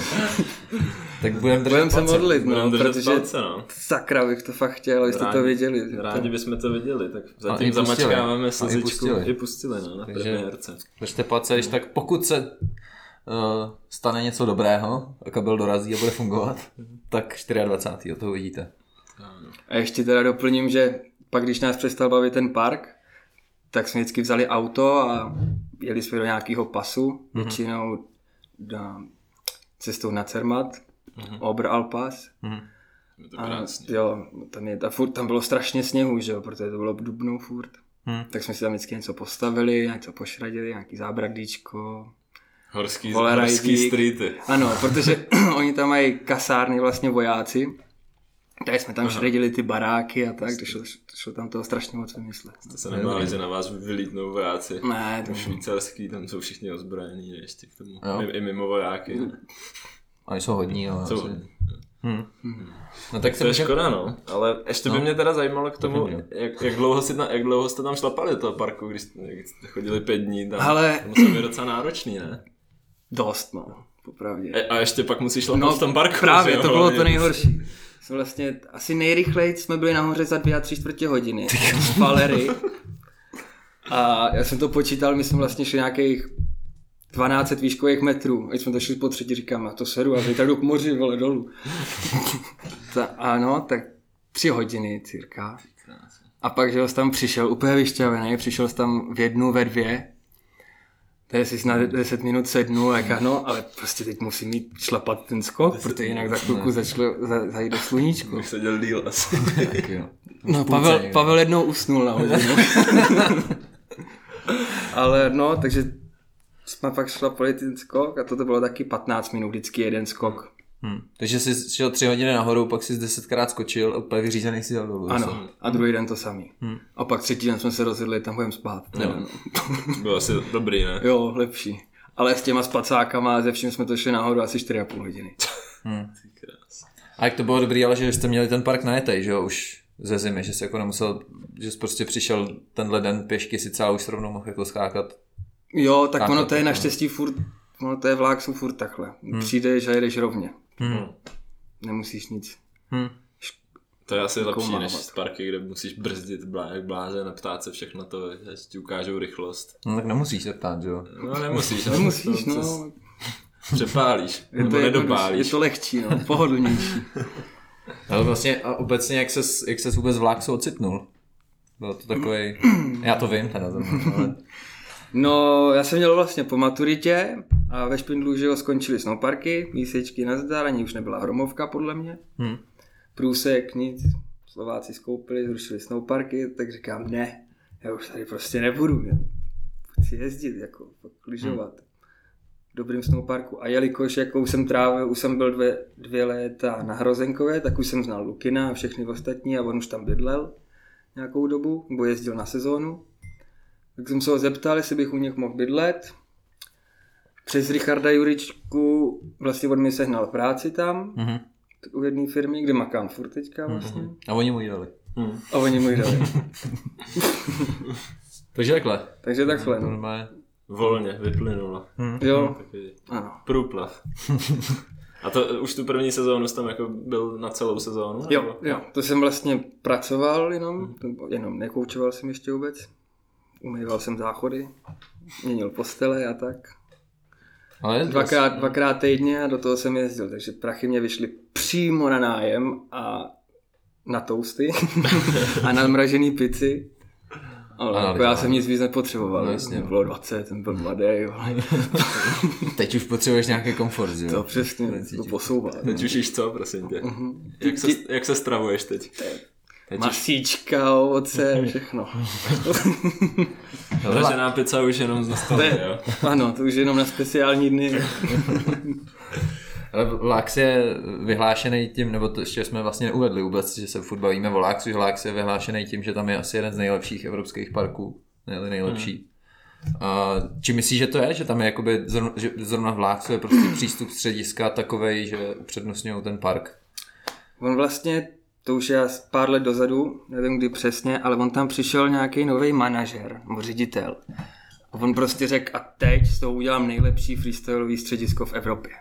Speaker 2: tak budeme držet
Speaker 3: Budem se
Speaker 2: palce.
Speaker 3: modlit,
Speaker 1: Budeme
Speaker 3: no,
Speaker 1: držet
Speaker 3: protože
Speaker 1: palce, no.
Speaker 3: sakra bych to fakt chtěl, abyste
Speaker 1: Rádi-
Speaker 3: to věděli. že to-
Speaker 1: Rádi bychom to viděli, tak
Speaker 2: i
Speaker 1: zatím
Speaker 2: pustili. A
Speaker 1: zamačkáváme
Speaker 2: i
Speaker 1: slzičku.
Speaker 2: pustili.
Speaker 1: I pustili, no, na
Speaker 2: Takže-
Speaker 1: premiérce.
Speaker 2: Držte palce, když tak pokud se uh, stane něco dobrého a kabel dorazí a bude fungovat, tak 24. to uvidíte.
Speaker 3: A ještě teda doplním, že pak když nás přestal bavit ten park, tak jsme vždycky vzali auto a jeli jsme do nějakého pasu, mm-hmm. většinou na, cestou na Cermat, mm-hmm. Oberalpas.
Speaker 2: Hmm.
Speaker 1: Je to
Speaker 3: A,
Speaker 1: krásný.
Speaker 3: jo, tam, je, a furt, tam bylo strašně sněhu, že jo, protože to bylo v Dubnu furt.
Speaker 2: Mhm.
Speaker 3: Mm. Tak jsme si tam vždycky něco postavili, něco pošradili, nějaký zábradlíčko.
Speaker 1: Horský,
Speaker 3: Volerajdík.
Speaker 1: horský streety.
Speaker 3: Ano, protože oni tam mají kasárny vlastně vojáci. Tak jsme tam šredili ty baráky a tak, to šlo, to šlo tam toho strašně moc vymyslet.
Speaker 1: To se nebáli, že na vás vylítnou vojáci.
Speaker 3: Ne, to
Speaker 1: Mhm. Švýcarský, tam jsou všichni ozbrojení ještě k tomu.
Speaker 2: Jo.
Speaker 1: I, I mimo vojáky.
Speaker 3: Mm.
Speaker 2: A oni jsou hodní, ale...
Speaker 1: Jsou-
Speaker 2: No tak se
Speaker 1: To je
Speaker 2: můžeme...
Speaker 1: škoda, no. Ale ještě by mě teda zajímalo k tomu,
Speaker 2: vím, jo.
Speaker 1: jak, jak, dlouho si na, jak dlouho jste tam šlapali do toho parku, když jste, jak jste chodili pět dní tam.
Speaker 3: Ale-
Speaker 1: To muselo být docela náročný, ne?
Speaker 3: Dost, no, popravdě.
Speaker 1: E, a ještě pak musíš šlapat v tom parku.
Speaker 3: No, právě,
Speaker 1: že jo,
Speaker 3: to bylo to
Speaker 1: hlavně.
Speaker 3: nejhorší. Jsme vlastně, asi nejrychleji jsme byli nahoře za dvě a tři čtvrtě hodiny. z Valery. A já jsem to počítal, my jsme vlastně šli nějakých 12 výškových metrů. Když jsme "No, to šli po třetí, říkám, na to seru a teď tak jdu k moři, vole, dolů. Ta, ano, tak tři hodiny cirka. A pak, že jsi tam přišel úplně vyšťavený, přišel jsi tam v jednu, ve dvě, tady si na 10 minut sednu, jak ano, ale prostě teď musím mít šlapat ten skok, protože jinak za chvilku začalo za- zajít do sluníčko.
Speaker 1: Bych seděl díl asi.
Speaker 2: Tak jo.
Speaker 3: No, Pavel,
Speaker 2: jo.
Speaker 3: Pavel jednou usnul na hodinu. Ale no, takže jsme pak šlapali ten skok a toto bylo taky 15 minut, vždycky jeden skok.
Speaker 2: Hm. Takže jsi šel tři hodiny nahoru, pak jsi desetkrát skočil a úplně vyřízený si dal dolů. zase.
Speaker 3: Ano, a druhý den to samý. A pak třetí den jsme se rozhodli, tam budeme spát. Hmm. Jo,
Speaker 1: Bylo asi dobrý, ne?
Speaker 3: jo lepší. Ale s těma spacákama a ze vším jsme to šli nahoru asi 4,5 hodiny.
Speaker 2: Hmm. A jak to bylo dobrý, ale že jste měli ten park najetej, že jo, už ze zimy, že jsi jako nemusel, že jsi prostě přišel tenhle den pěšky sice, ale už se rovnou mohl jako skákat.
Speaker 3: Jo, tak,
Speaker 2: Tak,
Speaker 3: ono
Speaker 2: tak,
Speaker 3: to je
Speaker 2: tak, no.
Speaker 3: Hmm. naštěstí furt, ono to je vlák, jsou furt takhle. Přijdeš a jedeš rovně.
Speaker 2: Hmm.
Speaker 3: Nemusíš nic.
Speaker 1: To je asi lepší
Speaker 3: malovat.
Speaker 1: než z parky, kde musíš brzdit blá, jak blázen a ptát se všechno to, až ti ukážou rychlost.
Speaker 2: No tak nemusíš se ptát, že jo.
Speaker 1: No nemusíš, ale
Speaker 3: Nemusíš,
Speaker 1: to- to
Speaker 3: no.
Speaker 1: Přepálíš,
Speaker 3: Je
Speaker 1: nebo
Speaker 3: to, jednodušší, je
Speaker 1: nedopálíš.
Speaker 3: to lehčí, no, pohodlnější.
Speaker 2: Ale vlastně a obecně, jak ses, jak ses vůbec v Láksu ocitnul? Bylo to Hmm. takový, já to vím teda zrovna, ale...
Speaker 3: No, já jsem měl vlastně po maturitě a ve Špindlu, že jo, skončili snowparky, mísečky na zdar, ani už nebyla hromovka podle mě.
Speaker 2: Hmm.
Speaker 3: Průsek, nic, Slováci skoupili, zrušili snowparky, tak říkám ne, já už tady prostě nebudu, já chci jezdit, jako fakt lyžovat. V dobrým snowparku. A jelikož jako už jsem trávil, už jsem byl dvě, dvě léta na Hrozenkově, tak už jsem znal Lukina a všechny ostatní a on už tam bydlel nějakou dobu, nebo jezdil na sezónu. Tak jsem se ho zeptal, jestli bych u nich mohl bydlet. Přes Richarda Juričku vlastně on mi sehnal práci tam,
Speaker 2: Mhm.
Speaker 3: u jedné firmy, kde makám furt teďka vlastně.
Speaker 2: A oni mu ji dali.
Speaker 1: Hmm.
Speaker 3: A oni mu ji dali.
Speaker 2: Takže takhle.
Speaker 3: Takže takhle, no.
Speaker 2: Normálně.
Speaker 1: Volně, vyplynula.
Speaker 2: Hmm.
Speaker 3: Jo,
Speaker 1: Taky
Speaker 3: ano.
Speaker 1: průplav. A to už tu první sezónu jsi tam jako byl na celou sezónu?
Speaker 3: Jo,
Speaker 1: nebo?
Speaker 3: jo, to jsem vlastně pracoval jenom, nebo jenom nekoučoval jsem ještě vůbec. Umýval jsem záchody, měnil postele a tak.
Speaker 2: Ale
Speaker 3: Dvakrát, dvakrát týdně a do toho jsem jezdil, takže prachy mě vyšly přímo na nájem a na tousty a na mražený pici.
Speaker 2: A
Speaker 3: Ale
Speaker 2: na
Speaker 3: jako já
Speaker 2: lyžování.
Speaker 3: jsem nic víc nepotřeboval,
Speaker 2: No,
Speaker 3: no,
Speaker 2: jasně.
Speaker 3: jasně. bylo 20, jsem byl mladý, ale
Speaker 2: Teď už potřebuješ nějaký komfort, že
Speaker 3: to
Speaker 2: jo?
Speaker 3: přesně to posouvá.
Speaker 1: Teď už jíš co, prosím tě?
Speaker 3: Mhm.
Speaker 1: Mhm. Jak se, jak se stravuješ teď? Teď už
Speaker 3: Masíčka, ovoce, všechno.
Speaker 1: Pražená pizza už jenom z
Speaker 3: To
Speaker 1: nostalgie, jo?
Speaker 3: je, ano, to už jenom na speciální dny.
Speaker 2: Ale Láx je vyhlášený tím, nebo to ještě jsme vlastně neuvedli vůbec, že se furt bavíme o Láxu, že Láx je vyhlášený tím, že tam je asi jeden z nejlepších evropských parků, ne nejlepší.
Speaker 3: Hmm.
Speaker 2: A či myslíš, že to je, že tam je jakoby, zrovna, že zrovna v Láxu je prostě přístup střediska takovej, že upřednostňují ten park?
Speaker 3: On vlastně, to už je asi pár let dozadu, nevím kdy přesně, ale on tam přišel nějaký nový manažer, nebo ředitel. A on prostě řekl, a teď z toho udělám nejlepší freestyleový středisko v Evropě.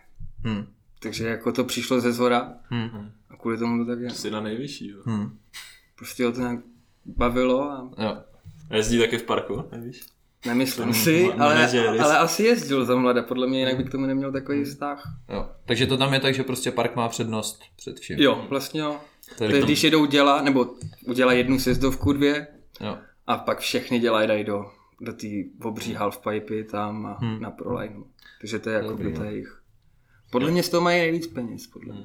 Speaker 2: Hmm.
Speaker 3: Takže jako to přišlo ze zhora
Speaker 2: Hmm.
Speaker 3: a kvůli tomu to tak je.
Speaker 1: Jsi na nejvyšší, jo?
Speaker 2: Hmm.
Speaker 3: Prostě ho to nějak bavilo a
Speaker 2: Jo.
Speaker 1: A jezdí taky v parku, nevíš?
Speaker 3: nemyslím si, ale,
Speaker 1: manažery.
Speaker 3: ale asi jezdil za mlada, podle mě jinak by k tomu neměl
Speaker 1: Hmm.
Speaker 3: takový vztah.
Speaker 2: Jo. Takže to tam je tak, že prostě park má přednost před vším.
Speaker 3: Jo, vlastně jo.
Speaker 2: To
Speaker 3: To
Speaker 2: je
Speaker 3: je,
Speaker 2: tam-
Speaker 3: když jedou děla, nebo udělá jednu sjezdovku, dvě,
Speaker 2: jo.
Speaker 3: A pak všechny dělají, dají do, do té obří halfpipy tam a hmm. na prolineu. Takže to je jako by to je jejich. Podle mě z toho mají nejvíc peněz, podle mě.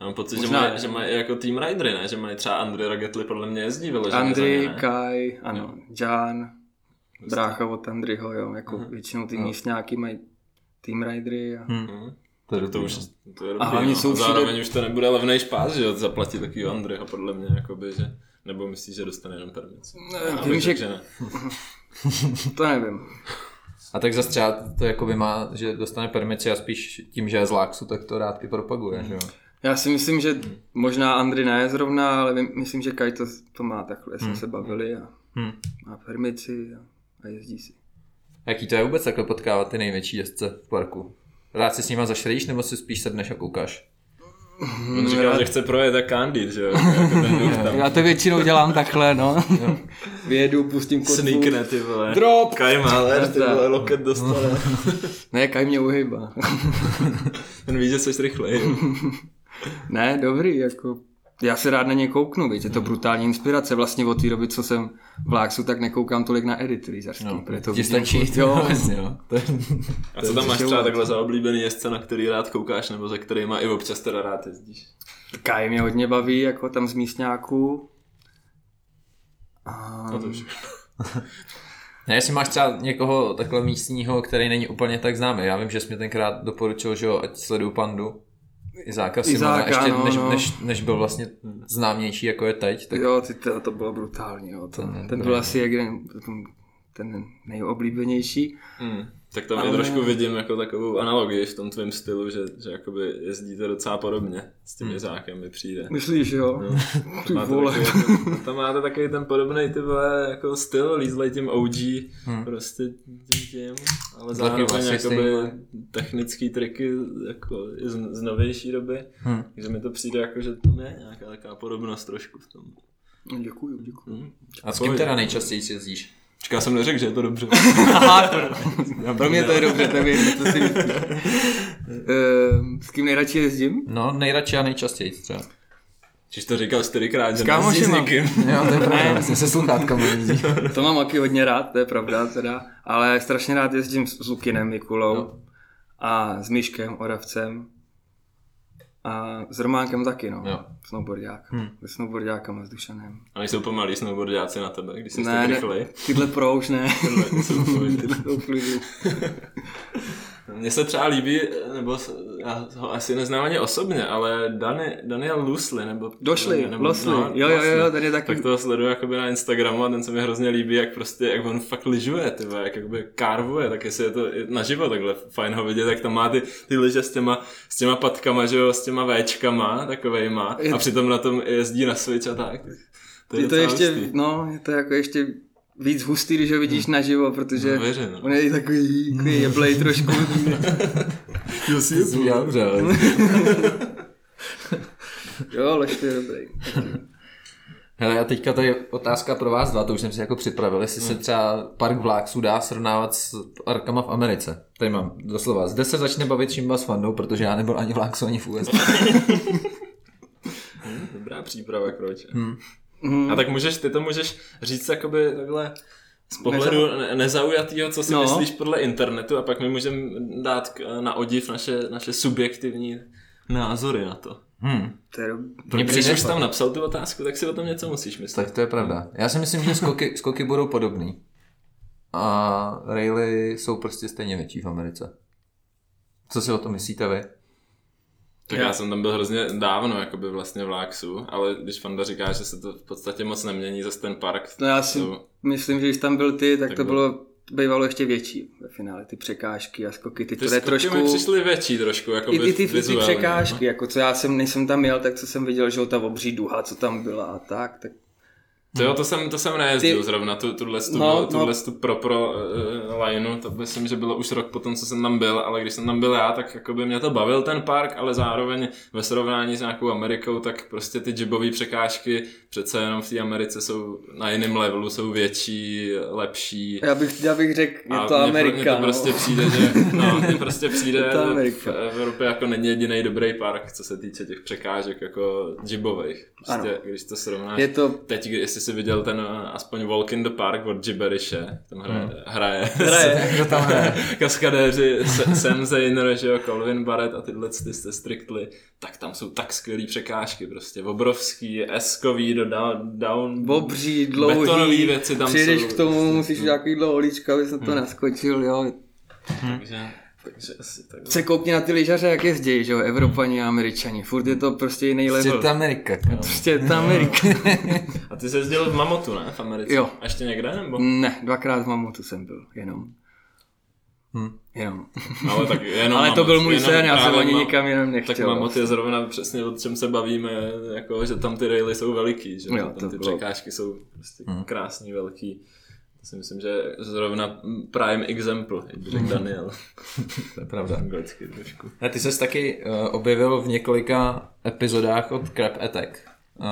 Speaker 1: Mám pocit,
Speaker 3: Možná-
Speaker 1: že, mají, že mají jako tým ridery, ne? Že mají třeba Andry Ragetli, podle mě jezdí vyloženě za ně,
Speaker 3: Andry,
Speaker 1: ne?
Speaker 3: Kai, ano, Jan, brácha od Andryho, jo, jako hmm. většinou ty místňáky mají team ridery a... Hmm.
Speaker 1: Hm.
Speaker 2: To je
Speaker 1: To
Speaker 2: dobrý,
Speaker 1: už
Speaker 2: no.
Speaker 1: to je dobrý,
Speaker 3: A hlavně
Speaker 1: no.
Speaker 3: jsou všude-
Speaker 1: Zároveň už to nebude levnej špás, že jo, zaplatit takový Andryho podle mě, jakoby, že... Nebo myslíš, že dostane jenom permici?
Speaker 3: Ne,
Speaker 1: Já
Speaker 3: vím,
Speaker 1: bych
Speaker 3: že-
Speaker 1: řekl, ne.
Speaker 3: To nevím.
Speaker 2: A tak zase třeba to jakoby má, že dostane permici a spíš tím, že je z Láxu, tak to rád i
Speaker 3: Hmm.
Speaker 2: propaguje, že jo?
Speaker 3: Já si myslím, že možná Andry ne zrovna, ale vím- myslím, že Kai to, to má takhle, jsme se bavili a
Speaker 2: Hmm.
Speaker 3: má permici a, a jezdí si.
Speaker 2: Jaký to je vůbec takhle potkávat ty největší jezdce v parku? Rád si s nima zašrýš, nebo si spíš sedneš a koukáš?
Speaker 3: Hmm,
Speaker 1: On říkal, že chce projet a kandid, že jo? Jako ten duch tam
Speaker 3: Já to většinou dělám takhle, no. Vyjedu, pustím kotvu.
Speaker 1: sneakne, ty vole.
Speaker 3: Drop!
Speaker 1: Kai Mahler, ty
Speaker 3: Tak.
Speaker 1: vole, loket dostane.
Speaker 3: Ne, Kaj mě uhýbá.
Speaker 1: Ten ví, že jsi rychlej.
Speaker 3: ne, dobrý, jako já se rád na ně kouknu, víc,
Speaker 1: Hmm.
Speaker 3: je to brutální inspirace. Vlastně od té doby, co jsem v Láxu, tak nekoukám tolik na edity lyžařský.
Speaker 2: No,
Speaker 3: protože
Speaker 2: to ti
Speaker 3: vidím
Speaker 2: stačí.
Speaker 3: furt, jo.
Speaker 2: vlastně, jo. To je-
Speaker 1: A co tam máš
Speaker 3: určitě
Speaker 1: třeba
Speaker 3: umět.
Speaker 1: takhle za oblíbený jezdce, na který rád koukáš, nebo za kterýma i občas teda rád jezdíš?
Speaker 3: Kaj mě hodně baví, jako tam z místňáků. A...
Speaker 1: No to už.
Speaker 2: Ne, jestli máš třeba někoho takhle místního, který není úplně tak známý. Já vím, že jsi mi tenkrát doporučil, že jo, ať sleduju pandu. Izáka Simona,
Speaker 3: Izáka,
Speaker 2: ještě
Speaker 3: no,
Speaker 2: než,
Speaker 3: no.
Speaker 2: než, než, byl vlastně známější, jako je teď. Tak
Speaker 3: Tak... Jo, ty, to, to bylo brutální. Jo. To,
Speaker 2: To-
Speaker 3: ten
Speaker 2: to-
Speaker 3: byl asi jeden, ten nejoblíbenější.
Speaker 1: Hmm. Tak tam je
Speaker 3: Ale-
Speaker 1: trošku vidím jako takovou analogii v tom tvém stylu, že, že jakoby jezdíte docela podobně s tím jezákem mi přijde.
Speaker 3: Myslíš, jo?
Speaker 1: No.
Speaker 3: Ty
Speaker 1: Máte
Speaker 3: vole.
Speaker 1: takový jako- Tam máte takový ten podobný ty vole, jako styl, lízlej tím OG,
Speaker 2: Hmm.
Speaker 1: prostě tím tím, ale
Speaker 2: Velký
Speaker 1: zároveň
Speaker 2: vlasy,
Speaker 1: jakoby
Speaker 2: stejný.
Speaker 1: technický triky jako i z, z novější doby,
Speaker 2: Hmm.
Speaker 1: takže mi to přijde jako, že tam je nějaká taková podobnost trošku v tom.
Speaker 3: No, Děkuju, děkuju.
Speaker 1: Hmm.
Speaker 2: A s kým teda nejčastěji jezdíš?
Speaker 1: Čeká jsem neřekl, že je to dobře.
Speaker 3: No, Pro mě
Speaker 1: No.
Speaker 3: to je dobře, to je to si myslíš. Ehm, S kým nejradši jezdím?
Speaker 2: No, nejradši a nejčastěji třeba.
Speaker 1: Čiž to říkal čtyřikrát, že
Speaker 3: S
Speaker 1: nejezdíš s
Speaker 3: kámošema.
Speaker 1: nikým.
Speaker 2: Jo, to je pravda, vlastně se sluchátkama jezdí.
Speaker 3: To mám taky hodně rád, to je pravda teda. Ale strašně rád jezdím s s Lukinem Mikulou
Speaker 2: No.
Speaker 3: a s Míškem Oravcem a s Románkem taky, no.
Speaker 2: Jo.
Speaker 3: Snowboardiák.
Speaker 2: Hmm.
Speaker 3: Hmm. S snowboardiákama, s Dušanem.
Speaker 1: A nejsou pomalí snowboardiáci na tebe, když jsi
Speaker 3: Ne,
Speaker 1: tak
Speaker 3: ne.
Speaker 1: rychlej.
Speaker 3: Tyhle pro už ne.
Speaker 1: Tyhle jsou fajn.
Speaker 3: Tyhle jsou v klidu.
Speaker 1: Mně se třeba líbí, nebo s- já ho asi neznám ani osobně, ale Dani, Daniel Lusly, nebo...
Speaker 3: Došli,
Speaker 1: nebo,
Speaker 3: no,
Speaker 1: no,
Speaker 3: Losli. Jo, jo, jo,
Speaker 1: Losly.
Speaker 3: ten je taky-
Speaker 1: Tak toho sleduju jakoby na Instagramu a ten se mi hrozně líbí, jak prostě, jak on fakt lyžuje, ty vole, jak jakoby kárvuje, tak jestli je to i naživo takhle fajn ho vidět, jak tam má ty, ty lyže s těma, s těma patkama, že jo, s těma Včkama, takovejma,
Speaker 3: Je-
Speaker 1: a přitom na tom jezdí na switch a tak. To je,
Speaker 3: Je to
Speaker 1: docela
Speaker 3: ještě,
Speaker 1: hustý.
Speaker 3: no, je to jako ještě víc hustý, když ho vidíš naživo, protože
Speaker 1: No, věřím, no.
Speaker 3: on Hm. je takový, takový jeblej trošku.
Speaker 1: Jo, si je
Speaker 2: Já dobře, ale...
Speaker 3: jo, Lešty je dobrý.
Speaker 2: Hele, a teďka tady otázka pro vás dva, to už jsem si jako připravil, jestli se třeba park vláksu dá srovnávat s parkama v Americe. Tady mám doslova, zde se začne bavit Šimba s Fandou, protože já nebyl ani v vláksu, ani v USA.
Speaker 1: Dobrá příprava, kroče.
Speaker 2: Hm.
Speaker 3: Hmm.
Speaker 1: A tak můžeš, ty to můžeš říct jakoby takhle z pohledu Neza... nezaujatýho, co si no.
Speaker 3: No.
Speaker 1: myslíš podle internetu a pak my můžeme dát k- na odiv naše, naše subjektivní názory na to.
Speaker 2: Hmm.
Speaker 3: To je dob-
Speaker 1: Mně
Speaker 2: Dobrý
Speaker 1: Když už
Speaker 2: nápad.
Speaker 1: tam napsal tu otázku, tak si o tom něco musíš myslet.
Speaker 2: Tak to je pravda. Já si myslím, že skoky, skoky budou podobný. A raily jsou prostě stejně větší v Americe. Co si o tom myslíte vy?
Speaker 1: Tak já jsem tam byl hrozně dávno, jakoby vlastně v Láxu, ale když Fanda říká, že se to v podstatě moc nemění, zase ten park,
Speaker 3: No já si
Speaker 1: to-
Speaker 3: myslím, že když tam byl ty, tak,
Speaker 1: Tak
Speaker 3: to
Speaker 1: bylo.
Speaker 3: bylo, bývalo ještě větší ve finále, ty překážky a skoky, ty,
Speaker 1: ty
Speaker 3: to je
Speaker 1: skoky trošku... mi
Speaker 3: trošku...
Speaker 1: přišly větší trošku, jako
Speaker 3: I, i ty, i ty překážky, jako co já jsem, než jsem tam jel, tak co jsem viděl, že jo, ta obří duha, co tam byla a tak, tak
Speaker 1: To jo, to jsem, to jsem nejezdil ty...
Speaker 3: Hmm. Ty-
Speaker 1: zrovna, tu, tuhle, tu, no,
Speaker 3: No,
Speaker 1: tuhle no. tu pro pro uh, lineu, to myslím, že bylo už rok potom, co jsem tam byl, ale když jsem tam byl já, tak jakoby mě to bavil ten park, ale zároveň ve srovnání s nějakou Amerikou, tak prostě ty jibové překážky přece jenom v té Americe jsou na jiném levelu, jsou větší, lepší.
Speaker 3: já bych, já bych řekl, je to
Speaker 1: mně-
Speaker 3: Amerika, no.
Speaker 1: Mně to prostě přijde, že no, mně prostě přijde
Speaker 3: Je to
Speaker 1: v
Speaker 3: Amerika.
Speaker 1: Evropě jako není jediný dobrý park, co se týče těch překážek jako jibových. Prostě,
Speaker 3: Ano.
Speaker 1: když to srovnáš.
Speaker 3: no. Je to
Speaker 1: Teď, kdy- jestli jsi viděl ten eh, aspoň Walk in the Park od Giberishe, tam hraje, hmm. hraje,
Speaker 3: Hraje.
Speaker 2: Kdo tam hraje?
Speaker 1: kaskadéři Se- Sam Zayner, že jo, Colvin Barrett a tyhle ty se Strictly, tak tam jsou tak skvělé překážky prostě, obrovský, eskový do down, down
Speaker 3: obří, dlouhý,
Speaker 1: Betonový věci tam
Speaker 3: přijdeš
Speaker 1: jsou. prostě. Hmm.
Speaker 3: k tomu, musíš udělat takový dlouholíčko, abys na to naskočil, jo.
Speaker 1: takže, takže asi tak.
Speaker 3: Se koukni na ty lyžaře, jak jezdí, že jo, Evropani a Američani, furt je to prostě jiný
Speaker 2: Je
Speaker 3: level.
Speaker 2: to Amerika. kámo.
Speaker 3: Prostě ta Amerika.
Speaker 1: A ty jsi jezdil v Mamotu, ne, v Americe?
Speaker 3: Jo. Hmm.
Speaker 1: A ještě někde, nebo?
Speaker 3: ne, dvakrát v Mamutu jsem byl, jenom.
Speaker 2: Hm.
Speaker 3: Jenom.
Speaker 1: Ale, tak jenom
Speaker 3: Ale to
Speaker 1: Mamut,
Speaker 3: byl můj
Speaker 1: jenom
Speaker 3: sen, já jsem
Speaker 1: právě
Speaker 3: ani
Speaker 1: Mam-
Speaker 3: nikam jenom
Speaker 1: Tak
Speaker 3: nechtěl.
Speaker 1: Mamot
Speaker 2: vlastně.
Speaker 1: je zrovna přesně o čem se bavíme, jako, že tam ty raily jsou veliký, že
Speaker 3: Jo,
Speaker 1: jo,
Speaker 3: to
Speaker 1: tam ty
Speaker 3: bylo-
Speaker 1: překážky jsou prostě
Speaker 2: Mhm.
Speaker 1: krásný, velký. To si myslím, že je zrovna prime example, jak by řekl Daniel.
Speaker 2: To je pravda.
Speaker 1: Anglicky trošku.
Speaker 2: Ne, ty ses taky uh, objevil v několika epizodách od Crab Attack. Uh,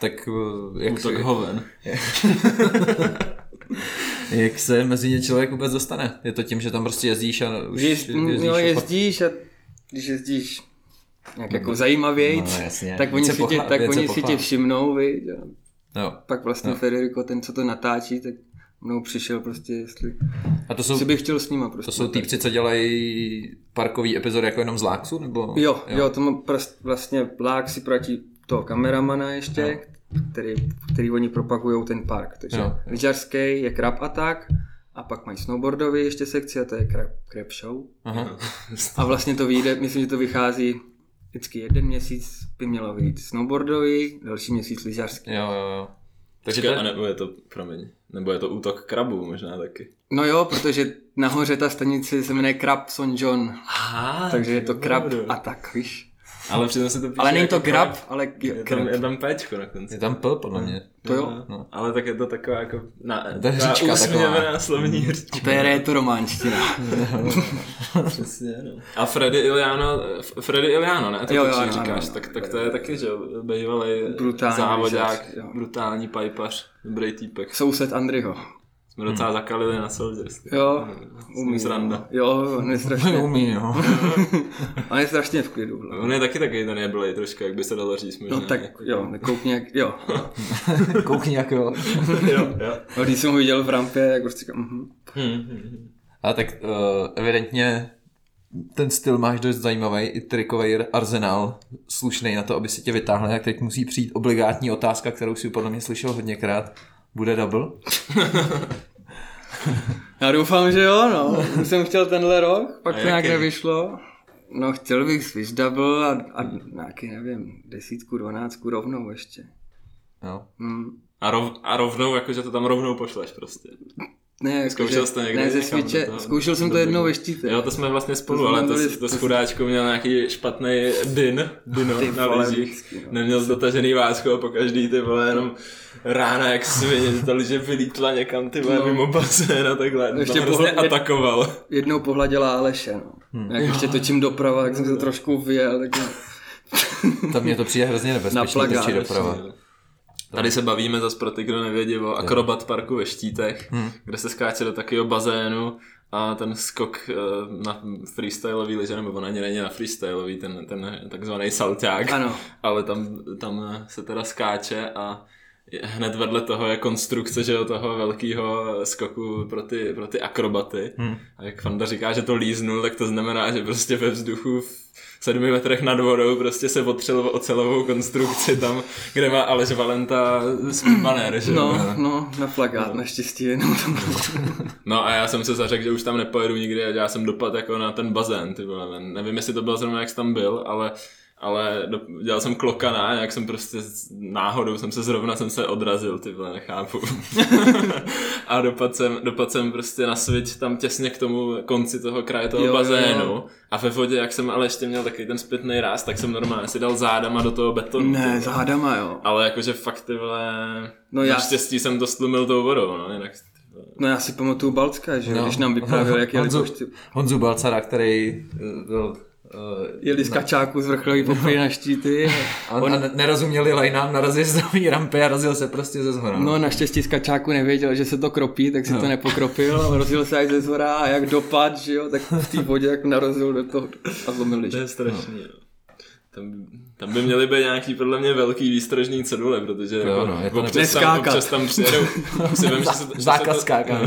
Speaker 2: tak uh, jak,
Speaker 1: Útok hoven.
Speaker 2: jak se mezi ně člověk vůbec dostane? Je to tím, že tam prostě jezdíš a už
Speaker 3: Jezdíš, no,
Speaker 2: a
Speaker 3: jezdíš a když jezdíš nějak jako zajímavějc,
Speaker 2: No, jasně.
Speaker 3: tak oni,
Speaker 2: Více
Speaker 3: si tě,
Speaker 2: pochvál-
Speaker 3: tak
Speaker 2: více
Speaker 3: oni si tě
Speaker 2: pochvál.
Speaker 3: všimnou, vy, a
Speaker 2: Jo.
Speaker 3: pak vlastně no. Federico, ten, co to natáčí, tak mnou přišel prostě, jestli,
Speaker 2: A to jsou,
Speaker 3: jestli bych chtěl s nima prostě.
Speaker 2: to jsou týpci, co dělají parkový epizody jako jenom z Láxu? Nebo...
Speaker 3: Jo, jo, jo to má prst, vlastně Lák si proti toho kameramana ještě, který, který oni propagují ten park. Takže
Speaker 2: Jo, jo.
Speaker 3: lyžařský je Crab Attack, a pak mají snowboardový ještě sekci a to je crab, crab show.
Speaker 2: Aha.
Speaker 3: A vlastně to vyjde, myslím, že to vychází vždycky jeden měsíc by mělo vyjít snowboardový, další měsíc lyžařský.
Speaker 2: jo, jo, jo.
Speaker 1: Takže
Speaker 2: Takže
Speaker 1: Čekaj,
Speaker 2: to-
Speaker 1: a nebo je to, promiň, nebo je to útok krabů možná taky.
Speaker 3: No jo, protože nahoře ta stanice se jmenuje Crab Son John,
Speaker 1: Aha,
Speaker 3: takže je to Crab Attack, víš.
Speaker 1: Ale přitom se to píše
Speaker 3: Ale není
Speaker 1: jako
Speaker 3: to Crab,
Speaker 1: krab.
Speaker 3: ale
Speaker 1: Je
Speaker 3: jo,
Speaker 1: tam,
Speaker 3: Crab.
Speaker 1: je tam péčko na konci.
Speaker 2: Je tam P, podle mě.
Speaker 3: To jo.
Speaker 1: No. Ale tak je to taková jako na,
Speaker 2: To je hřička
Speaker 1: úsměvná
Speaker 2: taková.
Speaker 1: slovní hřička.
Speaker 3: To je rétorománština.
Speaker 1: Přesně, no. A Freddy Iliano, F- Freddy Iliano, ne? To
Speaker 3: Jo,
Speaker 1: jo,
Speaker 3: jo,
Speaker 1: jo,
Speaker 3: ano,
Speaker 1: říkáš,
Speaker 3: ano,
Speaker 1: tak,
Speaker 3: ano.
Speaker 1: tak to je taky, že jo, bývalý
Speaker 3: Brutální
Speaker 1: závodák,
Speaker 3: lyžař, jo.
Speaker 1: brutální pajpař, dobrý týpek.
Speaker 3: Soused Andryho.
Speaker 1: Jsme docela zakalili na Soldiers.
Speaker 3: Hmm. Jo,
Speaker 1: ním
Speaker 3: umí.
Speaker 1: sranda.
Speaker 3: Jo, on je strašně,
Speaker 2: Umí, no. jo.
Speaker 3: on je strašně v klidu. no.
Speaker 1: On je taky taky ten jeblej trošku, jak by se dalo říct možná. jako-
Speaker 3: No tak jo, koukni jak, jo.
Speaker 2: Koukni jak jo.
Speaker 1: jo, jo.
Speaker 3: No, když jsem ho viděl v rampě, jak prostě říkám, mhm.
Speaker 2: A tak uh, evidentně ten styl máš dost zajímavý, i trikový arzenál slušný na to, aby si tě vytáhli, tak teď musí přijít obligátní otázka, kterou si podle mě slyšel hodněkrát. Bude double?
Speaker 3: Já doufám, že jo, no. Už jsem chtěl tenhle rok, pak
Speaker 1: A
Speaker 3: to nějak
Speaker 1: jaký?
Speaker 3: nevyšlo. No, chtěl bych Swiss Double a, a nějaký, nevím, desítku, dvanáctku rovnou ještě.
Speaker 2: Jo.
Speaker 3: Hm.
Speaker 1: A, rov, a rovnou, jakože to tam rovnou pošleš prostě.
Speaker 3: Ne, jako,
Speaker 1: Zkoušel
Speaker 3: že-
Speaker 1: jste někdy
Speaker 3: Ne, ze
Speaker 1: někam do
Speaker 3: sviče,
Speaker 1: toho?
Speaker 3: zkoušel jsem to
Speaker 1: Dobrý.
Speaker 3: jednou ve štíte.
Speaker 1: Jo, to jsme vlastně spolu,
Speaker 3: To jsme
Speaker 1: ale to,
Speaker 3: byli-
Speaker 1: to,
Speaker 3: to
Speaker 1: to
Speaker 3: jsme-
Speaker 1: chudáčku měl nějaký špatný din, dino
Speaker 3: Ty
Speaker 1: na
Speaker 3: vole,
Speaker 1: lyžích.
Speaker 3: vždycky, no.
Speaker 1: Neměl zdotažený vásku a po každý ty vole jenom rána jak svině, že ta lyže vylítla někam ty vole
Speaker 3: No.
Speaker 1: mimo bazén a takhle.
Speaker 3: Ještě
Speaker 1: Ještě hrozně
Speaker 3: pohled-
Speaker 1: atakoval.
Speaker 3: jednou pohladila Aleše, no.
Speaker 1: Hm.
Speaker 3: Hmm. Jak ještě točím doprava, jak jsem se trošku vyjel, tak no.
Speaker 2: Tam mě to přijde hrozně
Speaker 3: Na
Speaker 2: nebezpečný,
Speaker 3: plagát,
Speaker 2: točí doprava.
Speaker 1: Prostě, no. Tady se bavíme zase pro ty, kdo nevědí, o akrobat parku ve Štítech, hmm. kde se skáče do takového bazénu a ten skok eh, na freestyleový liže, nebo on ani není na freestyleový, ten, ten takzvaný salťák,
Speaker 3: Ano.
Speaker 1: ale tam, tam eh, se teda skáče a je- hned vedle toho je konstrukce, že jo, toho velkého skoku pro ty, pro ty akrobaty. Hmm. A jak Fanda říká, že to líznul, tak to znamená, že prostě ve vzduchu v sedmi metrech nad vodou prostě se otřel o ocelovou konstrukci tam, kde má Aleš Valenta svůj banér, že jo.
Speaker 3: No, no, na plagát, no. naštěstí jenom tam.
Speaker 1: No a já jsem se zařekl, že už tam nepojedu nikdy a já jsem dopad jako na ten bazén, ty vole, ven. nevím jestli to bylo zrovna jak jsi tam byl, ale ale do, dělal jsem klokana a jak jsem prostě s- náhodou jsem se zrovna jsem se odrazil, ty vole, nechápu. a dopad jsem, dopad jsem prostě na switch tam těsně k tomu konci toho kraje toho
Speaker 3: Jo,
Speaker 1: jo,
Speaker 3: jo,
Speaker 1: bazénu
Speaker 3: jo.
Speaker 1: a ve vodě, jak jsem ale ještě měl takový ten zpětný ráz, tak jsem normálně si dal zádama do toho betonu. ty
Speaker 3: Ne,
Speaker 1: vole.
Speaker 3: zádama, jo.
Speaker 1: Ale jakože fakt ty vole,
Speaker 3: No
Speaker 1: no
Speaker 3: já-
Speaker 1: naštěstí jsem to stlumil tou vodou, no jinak ty vole.
Speaker 3: No já si pamatuju Balcka, že jo, když nám vyprávěl, jak jeli,
Speaker 2: Honzu,
Speaker 3: pošty,
Speaker 2: Honzu Balcara, který eh, byl eh,
Speaker 3: jeli z kačáku z vrcholový popojí na štíty.
Speaker 2: a, a ne- nerozuměli lajnám, narazil se do rampy a razil se prostě ze zhora.
Speaker 3: No naštěstí z kačáku nevěděl, že se to kropí, tak si no. to nepokropil, rozjel se jak ze zhora a jak dopad, že jo, tak v té vodě jak narazil do toho a zlomil liž.
Speaker 1: To je strašný, jo. Tam, No. tam by měly být nějaký podle mě velký výstražný cedule, protože jo, jako
Speaker 2: no, je to
Speaker 1: občas, tam,
Speaker 3: Neskákat.
Speaker 1: občas tam přijedou. Si vem, že, se, to- že, se
Speaker 2: Zákaz
Speaker 1: to,
Speaker 2: skákání.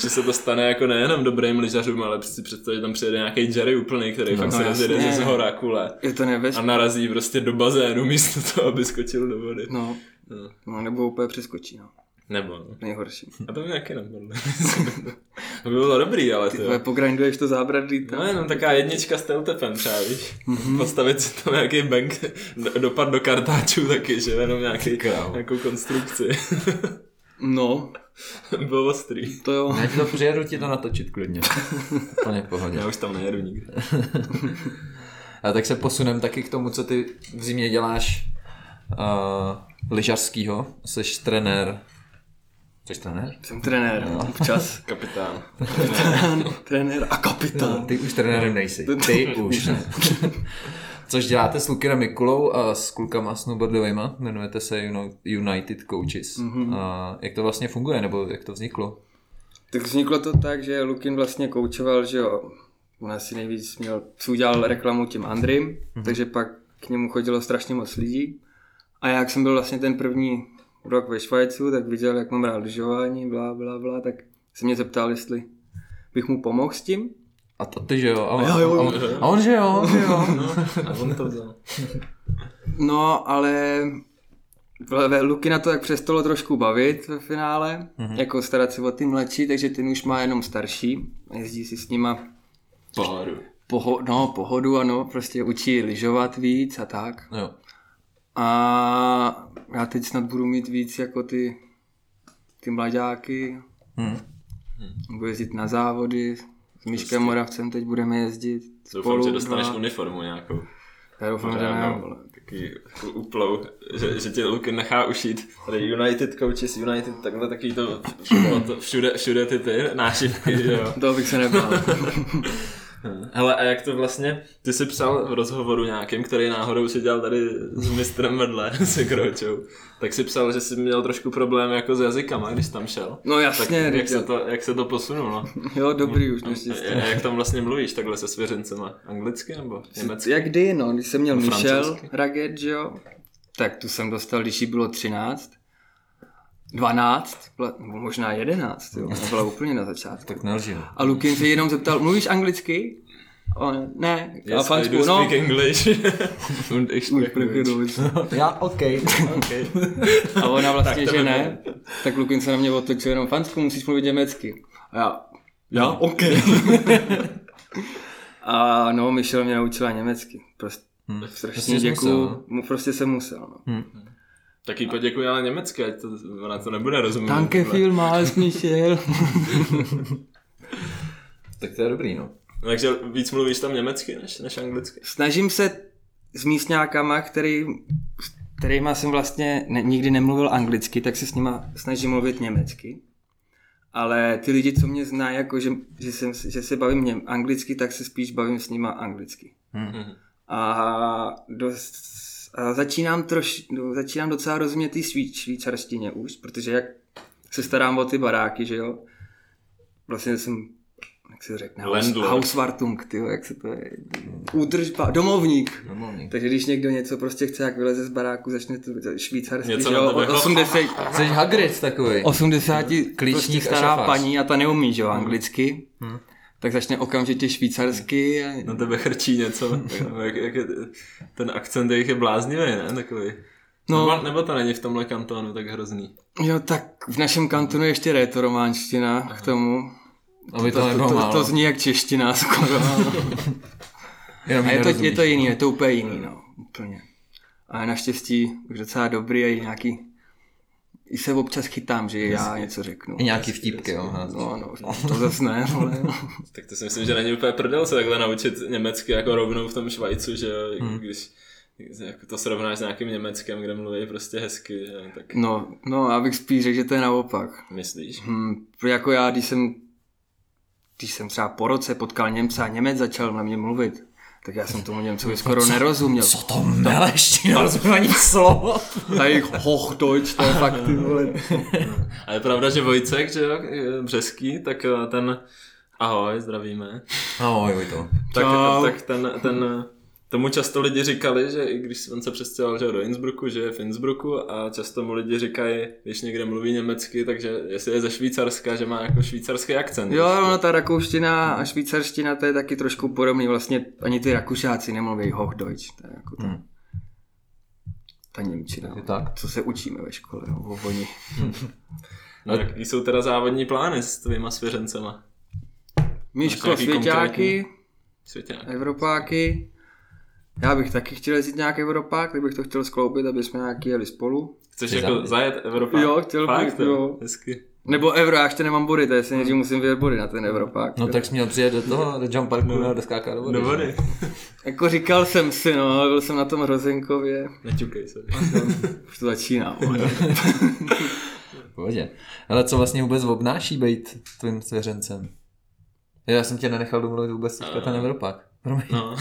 Speaker 1: že se to stane jako nejenom dobrým lyžařům, ale si představ, že tam přijede nějaký Jerry úplný, který no, fakt se
Speaker 3: No,
Speaker 1: rozjede
Speaker 3: jasně.
Speaker 1: ze zhora kule
Speaker 3: Je to
Speaker 1: a
Speaker 3: nebezpečné.
Speaker 1: narazí prostě do bazénu místo toho, aby skočil do vody.
Speaker 3: No. no, nebo úplně přeskočí, no.
Speaker 1: Nebo, no.
Speaker 3: Nejhorší.
Speaker 1: A to mě taky napadlo. to by bylo dobrý, ale to
Speaker 3: Ty vole, pogrinduješ to zábradlí, tam.
Speaker 1: No jenom taká jednička s teltepem třeba, víš. Postavit si tam nějaký bank, do- dopad do kartáčů taky, že jenom nějaký,
Speaker 2: krávo.
Speaker 1: nějakou konstrukci.
Speaker 3: No,
Speaker 1: Bylo ostrý.
Speaker 3: to jo.
Speaker 2: Já ti to přijedu ti to natočit klidně. Úplně v pohodě.
Speaker 1: Já už tam nejedu nikdy.
Speaker 2: A tak se posunem taky k tomu, co ty v zimě děláš uh, lyžařskýho. Jseš trenér. Jseš trenér?
Speaker 3: Jsem trenér, občas.
Speaker 1: Kapitán.
Speaker 3: trenér a kapitán.
Speaker 2: Ty už trenérem nejsi. Ty už ne. Což děláte s Lukinem Mikulou a s klukama snowboardovýma. Jmenujete se Uno- United Coaches. Mm-hmm. A jak to vlastně funguje, nebo jak to vzniklo?
Speaker 3: Tak vzniklo to tak, že Lukin vlastně koučoval, že jo, On asi nejvíc měl, si udělal reklamu tím Andrym, mm-hmm. takže pak k němu chodilo strašně moc lidí. A já, jak jsem byl vlastně ten první rok ve Švajcu, tak viděl, jak mám rád lyžování, bla, bla, bla, tak se mě zeptal, jestli bych mu pomohl s tím.
Speaker 2: A to ty, že jo? A on, jo, jo, jo. A on, a on že jo, že jo.
Speaker 1: A on to vzal.
Speaker 3: No, ale Vle- Luky na to tak přestalo trošku bavit ve finále,
Speaker 1: Mhm.
Speaker 3: mm-hmm. jako starat se o ty mladší, takže ten už má jenom starší, jezdí si s nima
Speaker 1: Pohodu.
Speaker 3: poho- no, pohodu, ano, prostě učí lyžovat víc a tak.
Speaker 2: Jo.
Speaker 3: A já teď snad budu mít víc jako ty, ty mladáky,
Speaker 1: Mhm.
Speaker 2: Hm.
Speaker 3: budu jezdit na závody, s Miškem Moravcem teď budeme jezdit
Speaker 1: Prostě. Doufám,
Speaker 3: spolu.
Speaker 1: že dostaneš
Speaker 3: dva.
Speaker 1: uniformu nějakou.
Speaker 3: Já doufám,
Speaker 1: No,
Speaker 3: že ne,
Speaker 1: Pořádnou.
Speaker 3: vole.
Speaker 1: Taky uplou, že, že tě Luke nechá ušít. Tady United coaches, United, takhle taky to všude, to všude, všude ty ty nášivky, že jo.
Speaker 3: Toho bych se nebál.
Speaker 1: Hele, a jak to vlastně, ty jsi psal v rozhovoru nějakým, který náhodou si dělal tady s mistrem vedle, s Kročou, tak si psal, že jsi měl trošku problém jako s jazykama, když jsi tam šel.
Speaker 3: No jasně,
Speaker 1: tak jak,
Speaker 3: Ricky.
Speaker 1: se to, jak se to posunulo?
Speaker 3: jo, dobrý už
Speaker 1: A
Speaker 3: naštěstí.
Speaker 1: jak tam vlastně mluvíš takhle se svěřencema? Anglicky nebo německy?
Speaker 3: Jak kdy, no, když jsem měl
Speaker 1: No,
Speaker 3: Michel
Speaker 1: francouzsky.
Speaker 3: Raget, že jo, tak tu jsem dostal, když jí bylo 13, 12, byla- nebo možná 11, jo, to byla úplně na začátku.
Speaker 2: Tak nelži. no.
Speaker 3: A Lukin se jenom zeptal, mluvíš anglicky? A On, ne, a
Speaker 1: Yes, I
Speaker 3: fansku,
Speaker 1: do
Speaker 3: no.
Speaker 1: speak English. Und ich
Speaker 3: Už
Speaker 1: spreche
Speaker 3: prvky
Speaker 1: Deutsch.
Speaker 3: dovolíš.
Speaker 2: Já, OK.
Speaker 1: Okay.
Speaker 3: A ona vlastně,
Speaker 1: Tak to
Speaker 3: že
Speaker 1: by
Speaker 3: ne, tak Lukin se na mě otočil jenom fansku, musíš mluvit německy. A já,
Speaker 1: Já? OK.
Speaker 3: a no, Michel mě naučila německy, prostě.
Speaker 1: Hmm.
Speaker 2: Prostě
Speaker 3: Strašně
Speaker 2: jsi musel,
Speaker 3: děkuju,
Speaker 2: no.
Speaker 3: mu prostě jsem musel. No.
Speaker 1: Taky poděkuji, ale německy, ať to, ona to nebude rozumět.
Speaker 3: Danke vielmals, Michel.
Speaker 2: Tak to je dobrý, no.
Speaker 1: No, Takže víc mluvíš tam německy než, než anglicky?
Speaker 3: snažím se s místňákama, který, s kterýma jsem vlastně ne, nikdy nemluvil anglicky, tak se s nima snažím mluvit německy. Ale ty lidi, co mě znají, jako že, že, jsem, že se bavím něm, anglicky, tak se spíš bavím s nima anglicky.
Speaker 2: Hmm.
Speaker 1: Mhm.
Speaker 3: A, dost, a začínám, troš, no, začínám docela rozumět té švý, švýcarštině už, protože jak se starám o ty baráky, že jo, vlastně jsem, jak se řekne, haus-
Speaker 1: Landlord.
Speaker 3: Hauswartung, tyjo, jak se to je, údržba, domovník.
Speaker 2: Normálně.
Speaker 3: Takže když někdo něco prostě chce, jak vyleze z baráku, začne to švýcarský,
Speaker 1: Něco
Speaker 3: že
Speaker 1: na
Speaker 3: jo,
Speaker 1: tebe.
Speaker 3: o- 80,
Speaker 2: Jsi Hagrid takový.
Speaker 3: 80
Speaker 2: Klíčník
Speaker 3: prostě
Speaker 2: a
Speaker 3: stará
Speaker 2: šafář.
Speaker 3: paní a ta neumí, že jo, anglicky, tak začne okamžitě švýcarsky. No,
Speaker 1: Na
Speaker 3: a-
Speaker 1: tebe chrčí něco. jak, jak je, ten akcent jejich je bláznivý, ne? Takový. No. Nebo,
Speaker 3: No,
Speaker 1: nebo to není v tomhle kantonu tak hrozný.
Speaker 3: jo, tak v našem kantonu je ještě rétorománština k tomu.
Speaker 2: A vy to,
Speaker 3: To,
Speaker 2: nebylo
Speaker 3: to,
Speaker 2: málo.
Speaker 3: to zní jak čeština skoro.
Speaker 2: Jenom
Speaker 3: A
Speaker 2: ji
Speaker 3: je to, je
Speaker 2: nerozumíš.
Speaker 3: to jiný, je to úplně jiný, no, úplně. A naštěstí už docela dobrý a i nějaký, i se občas chytám, že já něco řeknu.
Speaker 2: I nějaký vtípky, jo. házíš.
Speaker 3: No, no, to zase ne, ale...
Speaker 1: Tak to si myslím, že není úplně prdel se takhle naučit německy jako rovnou v tom Švajcu, že jo, když jako to srovnáš s nějakým Německem, kde mluví prostě hezky, že, jo, tak
Speaker 3: No, no, abych spíš řekl, že to je naopak.
Speaker 1: myslíš.
Speaker 3: Hm, jako já, když jsem, když jsem třeba po roce potkal Němce a Němec začal na mě mluvit, tak já jsem tomu Němcovi skoro nerozuměl.
Speaker 2: Co to meleš, ty nerozumím ani slovo.
Speaker 3: A jejich hochdeutsch, to je fakt ty vole.
Speaker 1: A je pravda, že Vojcek, že jo, Břeský, tak eh, ten, ahoj, zdravíme.
Speaker 2: Ahoj, Vojto.
Speaker 1: Tak,
Speaker 3: Čau.
Speaker 1: tak ten, ten, tomu často lidi říkali, že i když on se přestěhoval že jo, do Innsbrucku, že je v Innsbrucku a často mu lidi říkají, když někde mluví německy, takže jestli je ze Švýcarska, že má jako švýcarský akcent. no,
Speaker 3: Jo, no, ale ona ta rakouština a švýcarština, to je taky trošku podobný. Vlastně ani ty rakušáci nemluví hochdeutsch, to je jako ta,
Speaker 2: Hm.
Speaker 3: ta Němčina. no.
Speaker 2: Je tak?
Speaker 3: Co se učíme ve škole, no, o oni.
Speaker 1: No, jaký jsou teda závodní plány s tvýma svěřencema?
Speaker 3: Míško,
Speaker 1: nějaký
Speaker 3: svěťáky,
Speaker 1: konkrétní? Svěťák.
Speaker 3: Evropáky. Já bych taky chtěl jezdit nějak Evropák, kdybych to chtěl skloubit, aby jsme nějaký jeli spolu.
Speaker 1: Chceš
Speaker 2: Ty
Speaker 1: jako
Speaker 2: závěr.
Speaker 1: zajet Evropa?
Speaker 3: Jo, chtěl bych,
Speaker 1: Fakt,
Speaker 3: jo.
Speaker 1: Hezky.
Speaker 3: Nebo Euro, já ještě nemám body, to je si nejdřív musím vyjet body na ten Evropák.
Speaker 2: No tak jsi měl přijet do toho, do jump parku no. a doskákat do vody.
Speaker 1: Do vody.
Speaker 3: Jako říkal jsem si, no, ale byl jsem na tom Rozenkově.
Speaker 1: Neťukej se.
Speaker 3: Už to začíná, vole.
Speaker 2: V Pohodě. Ale co vlastně vůbec obnáší být tvým svěřencem? Já jsem tě nenechal domluvit vůbec teďka ten Evropák. Promiň.
Speaker 1: No.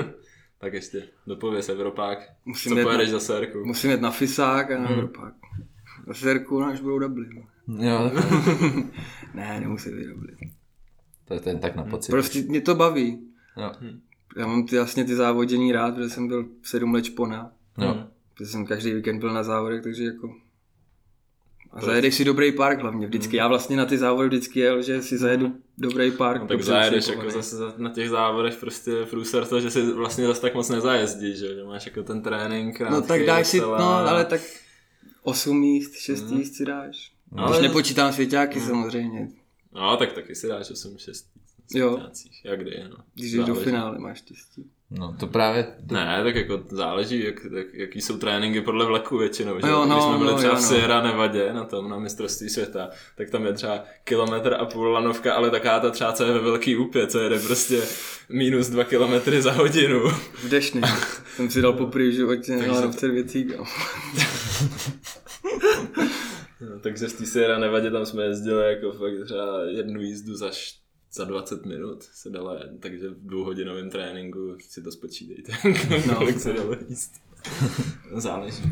Speaker 1: tak ještě, dopověz Evropák.
Speaker 3: Musím
Speaker 1: Co
Speaker 3: jet-
Speaker 1: pojedeš za sérku?
Speaker 3: Musím jet na Fisák a na
Speaker 1: Hmm.
Speaker 3: Evropák. Na Serku, no, až budou Dublin.
Speaker 2: Jo,
Speaker 3: Ne, nemusí být Dublin.
Speaker 2: To je ten tak na pocit.
Speaker 3: Prostě mě to baví.
Speaker 2: Jo.
Speaker 3: Já mám ty, jasně ty závodění rád, protože jsem byl sedm let špona.
Speaker 1: No.
Speaker 2: Jo.
Speaker 3: Protože jsem každý víkend byl na závodech, takže jako... A zajedeš si dobrý park hlavně
Speaker 1: Hmm.
Speaker 3: vždycky. Já vlastně na ty závody vždycky jel, že si zajedu dobrý park.
Speaker 1: No, tak
Speaker 3: dobře
Speaker 1: zajedeš
Speaker 3: odsejpovaný.
Speaker 1: jako zase za- na těch závodech prostě průser to, že si vlastně zase tak moc nezajezdíš, že, jo, že máš jako ten trénink krátký,
Speaker 3: No tak dáš si,
Speaker 1: veselá.
Speaker 3: no ale tak 8 míst, 6 míst si dáš.
Speaker 1: Hmm. No, Ale- Hmm.
Speaker 3: Ale... Když nepočítám svěťáky samozřejmě,
Speaker 1: No tak taky si dáš 8, 6,
Speaker 3: Jo.
Speaker 1: 15, jak kdy, no.
Speaker 3: když jdeš do
Speaker 1: Záleží.
Speaker 3: finále, máš štěstí.
Speaker 2: No to právě,
Speaker 1: Ne, tak jako záleží, jak, jak, jaký jsou tréninky podle vleku většinou. Že?
Speaker 3: Jo,
Speaker 1: Když
Speaker 3: no,
Speaker 1: jsme byli
Speaker 3: no,
Speaker 1: třeba
Speaker 3: jo,
Speaker 1: v
Speaker 3: no.
Speaker 1: Sierra Nevadě na tom, na mistrovství světa, tak tam je třeba kilometr a půl lanovka, ale taká ta třeba co je ve velký úpě, co jede prostě minus dva kilometry za hodinu.
Speaker 3: V dešni. jsem si dal poprvé v životě na lanovce dvě cíga.
Speaker 1: No, takže v té Sierra Nevadě tam jsme jezdili jako fakt třeba jednu jízdu za, š- za 20 minut se dala, takže v dvouhodinovém tréninku si to spočítejte, no.
Speaker 3: No.
Speaker 1: kolik se dalo jíst. Záleží.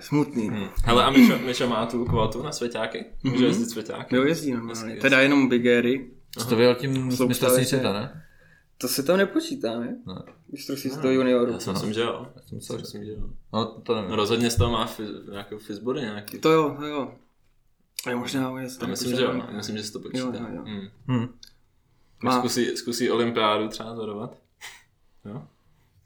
Speaker 3: Smutný. Hmm.
Speaker 1: Hele, a Miša, Miša má tu kvotu na svěťáky? Může jezdit svěťáky?
Speaker 3: Jo, jezdí normálně.
Speaker 1: Jasně,
Speaker 3: Teda jenom Bigery.
Speaker 2: jsi to vyjel tím
Speaker 3: Jsou
Speaker 2: mistrovství
Speaker 3: právě-
Speaker 2: světa, ne? No,
Speaker 3: To se tam nepočítá, ne?
Speaker 2: Ne.
Speaker 3: Mistrovství z toho junioru.
Speaker 1: No, Já si myslím, že jo. Já si
Speaker 2: myslel, že-
Speaker 1: myslím, že jo.
Speaker 2: No to nevím.
Speaker 1: No rozhodně z toho má fi, nějakou fizbody nějaký.
Speaker 3: To jo, to jo. Ale možná on je
Speaker 1: Já myslím, že jo. Já myslím, že se to počítá.
Speaker 3: Jo, jo, jo.
Speaker 1: Hmm.
Speaker 2: Hm.
Speaker 3: Má.
Speaker 1: Zkusí, zkusí olympiádu třeba zadovat. Jo?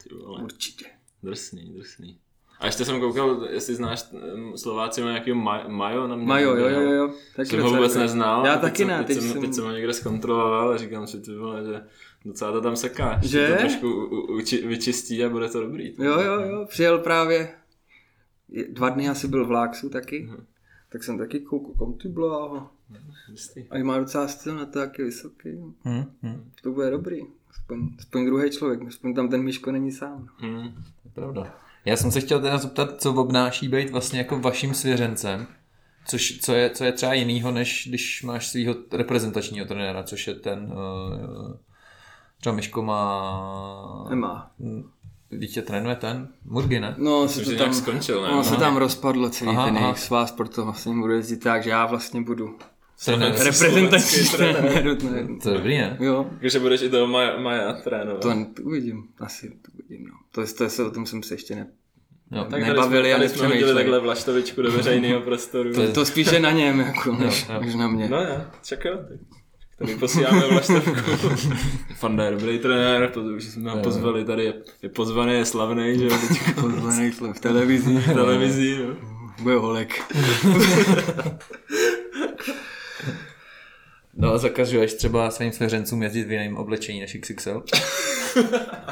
Speaker 1: Ty vole.
Speaker 3: Určitě.
Speaker 1: Drsný, drsný. A ještě jsem koukal, jestli znáš ehm, Slováci má nějakého ma- Majo na mě.
Speaker 3: Majo, No, jo, jo, jo. jo. Taky
Speaker 1: Jsem ho
Speaker 3: docela
Speaker 1: vůbec
Speaker 3: dobrý.
Speaker 1: neznal.
Speaker 3: Já
Speaker 1: a teď
Speaker 3: taky
Speaker 1: jsem-
Speaker 3: ne,
Speaker 1: Teď,
Speaker 3: teď
Speaker 1: jsem,
Speaker 3: jsem-
Speaker 1: teď jsem ho někde zkontroloval a říkám si, ty vole, že docela to tam seká.
Speaker 3: Že?
Speaker 1: To trošku u, u, uči, vyčistí a bude to dobrý.
Speaker 3: Jo, jo, jo, přijel právě, je- dva dny asi byl v Láksu taky,
Speaker 1: Mhm.
Speaker 3: tak jsem taky koukal, kom ty bláho,
Speaker 1: Jistý.
Speaker 3: a má docela styl na to, jak je vysoký,
Speaker 2: Hm, hm,
Speaker 3: to bude dobrý, aspoň, aspoň druhý člověk, aspoň tam ten Miško není sám. no.
Speaker 1: Hm.
Speaker 2: to je pravda. Já jsem se chtěl teda zeptat, co obnáší být vlastně jako vaším svěřencem, což, co, je, co je třeba jinýho, než když máš svého reprezentačního trenéra, což je ten... Uh, třeba Miško má...
Speaker 3: Nemá.
Speaker 2: Dítě trénuje ten? Murgy, ne?
Speaker 3: No,
Speaker 1: Myslím,
Speaker 3: se
Speaker 1: že
Speaker 3: to
Speaker 1: nějak
Speaker 3: tam,
Speaker 1: skončil, ne?
Speaker 3: ono
Speaker 1: No.
Speaker 3: se tam rozpadlo celý
Speaker 2: Aha,
Speaker 3: aha, ten
Speaker 2: aha.
Speaker 3: jejich svaz, proto vlastně budu jezdit tak, že já vlastně budu
Speaker 2: Trénuje.
Speaker 1: Jsi
Speaker 3: reprezentační
Speaker 1: slovenský
Speaker 3: trenér. ne?
Speaker 2: To je dobrý, ne?
Speaker 3: Jo,
Speaker 1: Takže budeš i toho Maja, Maja trénovat.
Speaker 3: to, to uvidím, asi to uvidím, no. To, to se o tom jsem se ještě ne...
Speaker 2: Jo.
Speaker 1: tak
Speaker 3: nebavili a
Speaker 1: tady jsme hodili
Speaker 3: nepřemýšleli.
Speaker 1: takhle vlaštovičku do veřejného prostoru.
Speaker 2: je-
Speaker 3: To spíše na něm, jako, než,
Speaker 2: jo.
Speaker 3: než na mě.
Speaker 1: No jo, čak jo, tak. Tady posíláme vlaštovku. Fanda je dobrý trenér, to už jsme ho pozvali, tady je, je pozvaný, je slavný, že jo, teď
Speaker 3: Pozvaný jsem v televizi.
Speaker 1: v televizi, no.
Speaker 3: Bude holek.
Speaker 2: No a zakazuješ třeba svým svěřencům jezdit v jiném oblečení než XXL?
Speaker 1: Otázka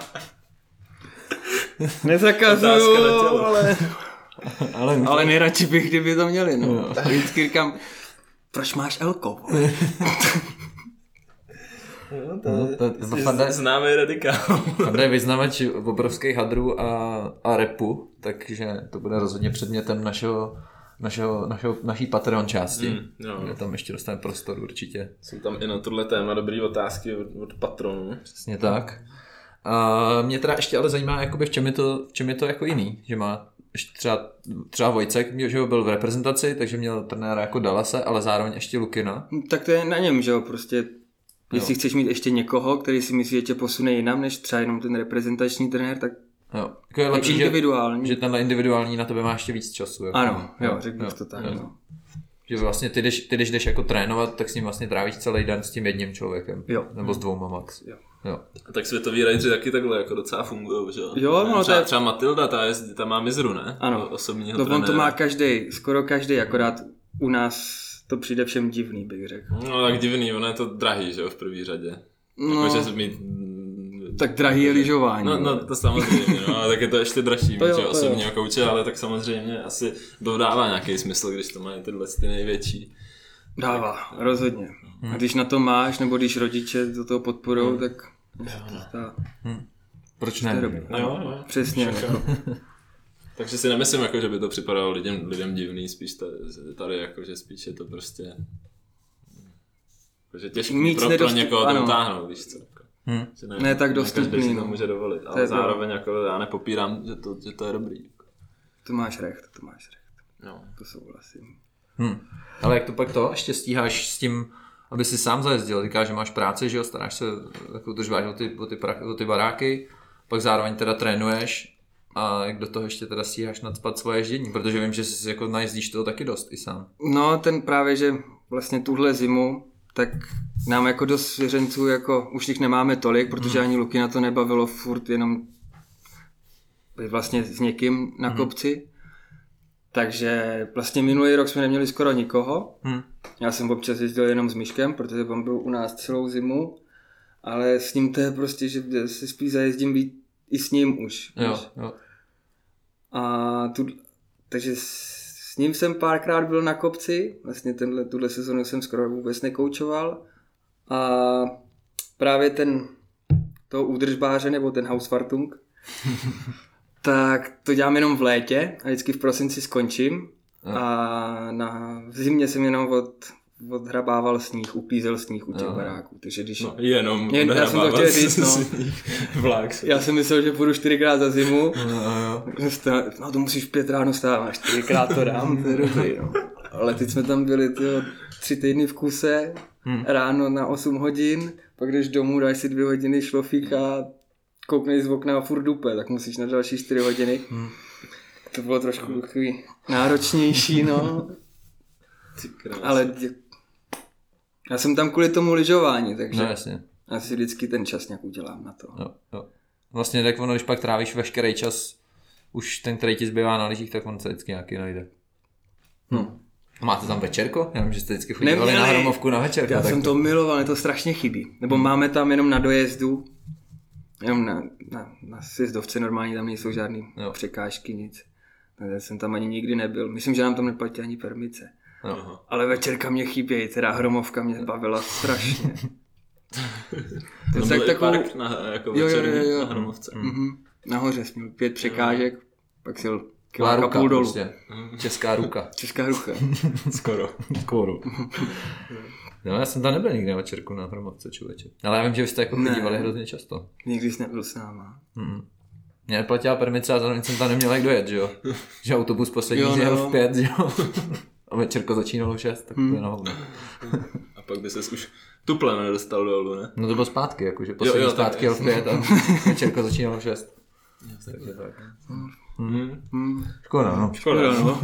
Speaker 1: na
Speaker 3: Nezakazuju,
Speaker 1: tělo.
Speaker 3: ale...
Speaker 2: Ale no,
Speaker 3: ale nejradši bych, kdyby to měli, no. Tak vždycky říkám, proč máš Elko? vole? Mhm.
Speaker 2: to, to, to fanda,
Speaker 1: Z- Známý radikál.
Speaker 2: fanda je vyznavač obrovských hadrů a, a repu, takže to bude rozhodně předmětem našeho, našeho, našeho naší Patreon
Speaker 1: Prostě.
Speaker 2: části.
Speaker 3: Hmm.
Speaker 2: Mm,
Speaker 1: Hmm, jo.
Speaker 2: Kde tam ještě dostaneme prostor určitě.
Speaker 1: Jsou tam i na tohle téma dobrý otázky od, od patronů.
Speaker 2: Přesně tak. A mě teda ještě ale zajímá, jakoby v čem je to, v čem je to jako jiný, že má ještě třeba, třeba Vojcek, že jo, byl v reprezentaci, takže měl trenéra jako Dalase, ale zároveň ještě Lukina.
Speaker 3: No, tak to je na něm, že jo, prostě. Jestli chceš mít ještě někoho, který si myslí, že tě posune jinam, než třeba jenom ten reprezentační trenér, tak
Speaker 2: Jo. Jako je lepší, že,
Speaker 3: individuální.
Speaker 2: že tenhle individuální na tebe má ještě víc času. Jako.
Speaker 3: Ano, jo, řekl bych to tak. No.
Speaker 2: Že vlastně ty, když, ty, když jdeš jako trénovat, tak s ním vlastně trávíš celý den s tím jedním člověkem.
Speaker 3: Jo.
Speaker 2: Nebo s dvouma max.
Speaker 3: Jo.
Speaker 2: jo.
Speaker 1: A tak světoví rajtři taky takhle jako docela fungují, že jo?
Speaker 3: Jo, no,
Speaker 1: třeba,
Speaker 3: to je-
Speaker 1: třeba Matilda, ta, je, ta má mizru, ne?
Speaker 3: Ano.
Speaker 1: osobního
Speaker 3: To on
Speaker 1: trenéra.
Speaker 3: to má každý, skoro každý, akorát u nás to přijde všem divný, bych řekl.
Speaker 1: No tak divný, ono je to drahý, že jo, v první řadě. No.
Speaker 3: No,
Speaker 1: Jakože mít... mm,
Speaker 3: tak drahý je lyžování.
Speaker 1: No, no, to samozřejmě, no, ale tak je to ještě dražší, mít,
Speaker 3: jo,
Speaker 1: že
Speaker 3: to jo.
Speaker 1: osobního kouče, ale tak samozřejmě asi dodává nějaký smysl, když to mají tyhle ty největší.
Speaker 3: Dává, rozhodně. A když na to máš, nebo když rodiče do toho podporou, tak ta,
Speaker 2: Proč
Speaker 3: to je
Speaker 2: ne?
Speaker 3: dobrý.
Speaker 1: No, jo, jo.
Speaker 3: Přesně. Jako.
Speaker 1: Takže si nemyslím, jako, že by to připadalo lidem, lidem divný, spíš tady, tady jako, že spíš je to prostě jako, že těžký
Speaker 3: Nic
Speaker 1: pro, pro
Speaker 3: nedostup-
Speaker 1: někoho
Speaker 3: ano.
Speaker 1: tam táhnout, víš co. Jako.
Speaker 2: Hm.
Speaker 1: Že
Speaker 3: Ne tak
Speaker 1: každý si
Speaker 3: dostupný,
Speaker 1: to
Speaker 3: no.
Speaker 1: může dovolit, ale
Speaker 3: je pravda.
Speaker 1: zároveň jako, já nepopírám, že to, že to je dobrý. Jako.
Speaker 3: To máš recht, to máš recht.
Speaker 1: No.
Speaker 3: To souhlasím.
Speaker 2: Hm. Ale jak to pak to? Ještě stíháš s tím aby si sám zajezdil. Říká, že máš práci, že jo, staráš se, jako udržováš o ty, o ty, pra, o ty baráky, pak zároveň teda trénuješ a jak do toho ještě teda stíháš nadspat svoje ježdění, protože vím, že si jako najezdíš toho taky dost i sám.
Speaker 3: No, ten právě, že vlastně tuhle zimu, tak nám jako dost svěřenců, jako už jich nemáme tolik, protože ani Luky na to nebavilo furt jenom být vlastně s někým na kopci. Takže vlastně minulý rok jsme neměli skoro nikoho.
Speaker 2: Hmm.
Speaker 3: Já jsem občas jezdil jenom s Myškem, protože on byl u nás celou zimu, ale s ním to je prostě, že si spíš zajezdím být i s ním už. víš.
Speaker 2: Jo, jo.
Speaker 3: A tu, takže s s ním jsem párkrát byl na kopci, vlastně tenhle, tuhle sezonu jsem skoro vůbec nekoučoval a právě ten toho údržbáře nebo ten Hauswartung, tak to dělám jenom v létě a vždycky v prosinci skončím a na v zimě jsem jenom od, odhrabával sníh, uklízel sníh u těch baráků, takže když...
Speaker 1: No, jenom
Speaker 3: Jen- já jsem to chtěl
Speaker 1: nahrávat
Speaker 3: říct, no.
Speaker 1: sníh Vlák.
Speaker 3: Já jsem myslel, že půjdu čtyřikrát za zimu. Vsta- No to musíš pět ráno stávat, čtyřikrát to dám, to je dobrý. No. Ale teď jsme tam byli tyjo, tři týdny v kuse,
Speaker 2: Hmm.
Speaker 3: ráno na 8 hodin, pak jdeš domů, dáš si dvě hodiny šlofík a koukneš z okna a furt dupe, tak musíš na další čtyři hodiny.
Speaker 2: Hmm.
Speaker 3: To bylo trošku takový náročnější, no. Ale dě- já jsem tam kvůli tomu lyžování, takže
Speaker 2: No
Speaker 3: no,
Speaker 2: jasně.
Speaker 3: já si vždycky ten čas nějak udělám na to.
Speaker 2: Jo, jo. Vlastně tak ono, když pak trávíš veškerý čas, už ten, který ti zbývá na lyžích, tak on se vždycky nějaký najde.
Speaker 3: No.
Speaker 2: Máte tam večerko? Já vím, že jste vždycky chodili
Speaker 3: Neměli.
Speaker 2: na hromovku na večerku.
Speaker 3: Já
Speaker 2: tak
Speaker 3: jsem to miloval, mě to strašně chybí. Nebo hmm. máme tam jenom na dojezdu, jenom na, na, na sjezdovce normálně tam nejsou žádný
Speaker 2: Jo.
Speaker 3: jo. překážky, nic. Já jsem tam ani nikdy nebyl. Myslím, že nám tam neplatí ani permice.
Speaker 2: Jo.
Speaker 3: Ale večerka mě chybějí, teda hromovka mě bavila strašně. to
Speaker 1: Tam
Speaker 3: je tak
Speaker 1: byl i
Speaker 3: takovou...
Speaker 1: park na, jako
Speaker 3: jo,
Speaker 1: večerní
Speaker 3: jo, jo.
Speaker 1: na Hromovce.
Speaker 3: Mhm. Nahoře jsem měl pět překážek, pak si jel
Speaker 2: Taková
Speaker 3: kiláka
Speaker 2: ruka
Speaker 3: půl dolů.
Speaker 2: prostě. Česká ruka.
Speaker 3: Česká ruka.
Speaker 1: Skoro.
Speaker 2: Skoro. No, já jsem tam nebyl nikdy na večerku na hromadce člověče. Ale já vím, že vy jste jako
Speaker 3: Ne.
Speaker 2: chodívali hrozně často.
Speaker 3: Nikdy jsi nebyl s náma.
Speaker 2: Mm. Mě neplatila permice a zároveň jsem tam neměl jak dojet, že jo? Že autobus poslední
Speaker 3: Jo,
Speaker 2: jo, jel
Speaker 3: no.
Speaker 2: v pět, že jo? A večerko začínalo v šest, tak to je na hovno.
Speaker 1: A pak by ses už tuple nedostal dolů, ne?
Speaker 2: No to bylo zpátky, jakože poslední
Speaker 1: jo,
Speaker 2: jo,
Speaker 1: tak
Speaker 2: zpátky jel v pět a večerko začínalo v šest. Takže tak.
Speaker 3: Hmm.
Speaker 2: Škoda, no.
Speaker 1: Škoda,
Speaker 3: no.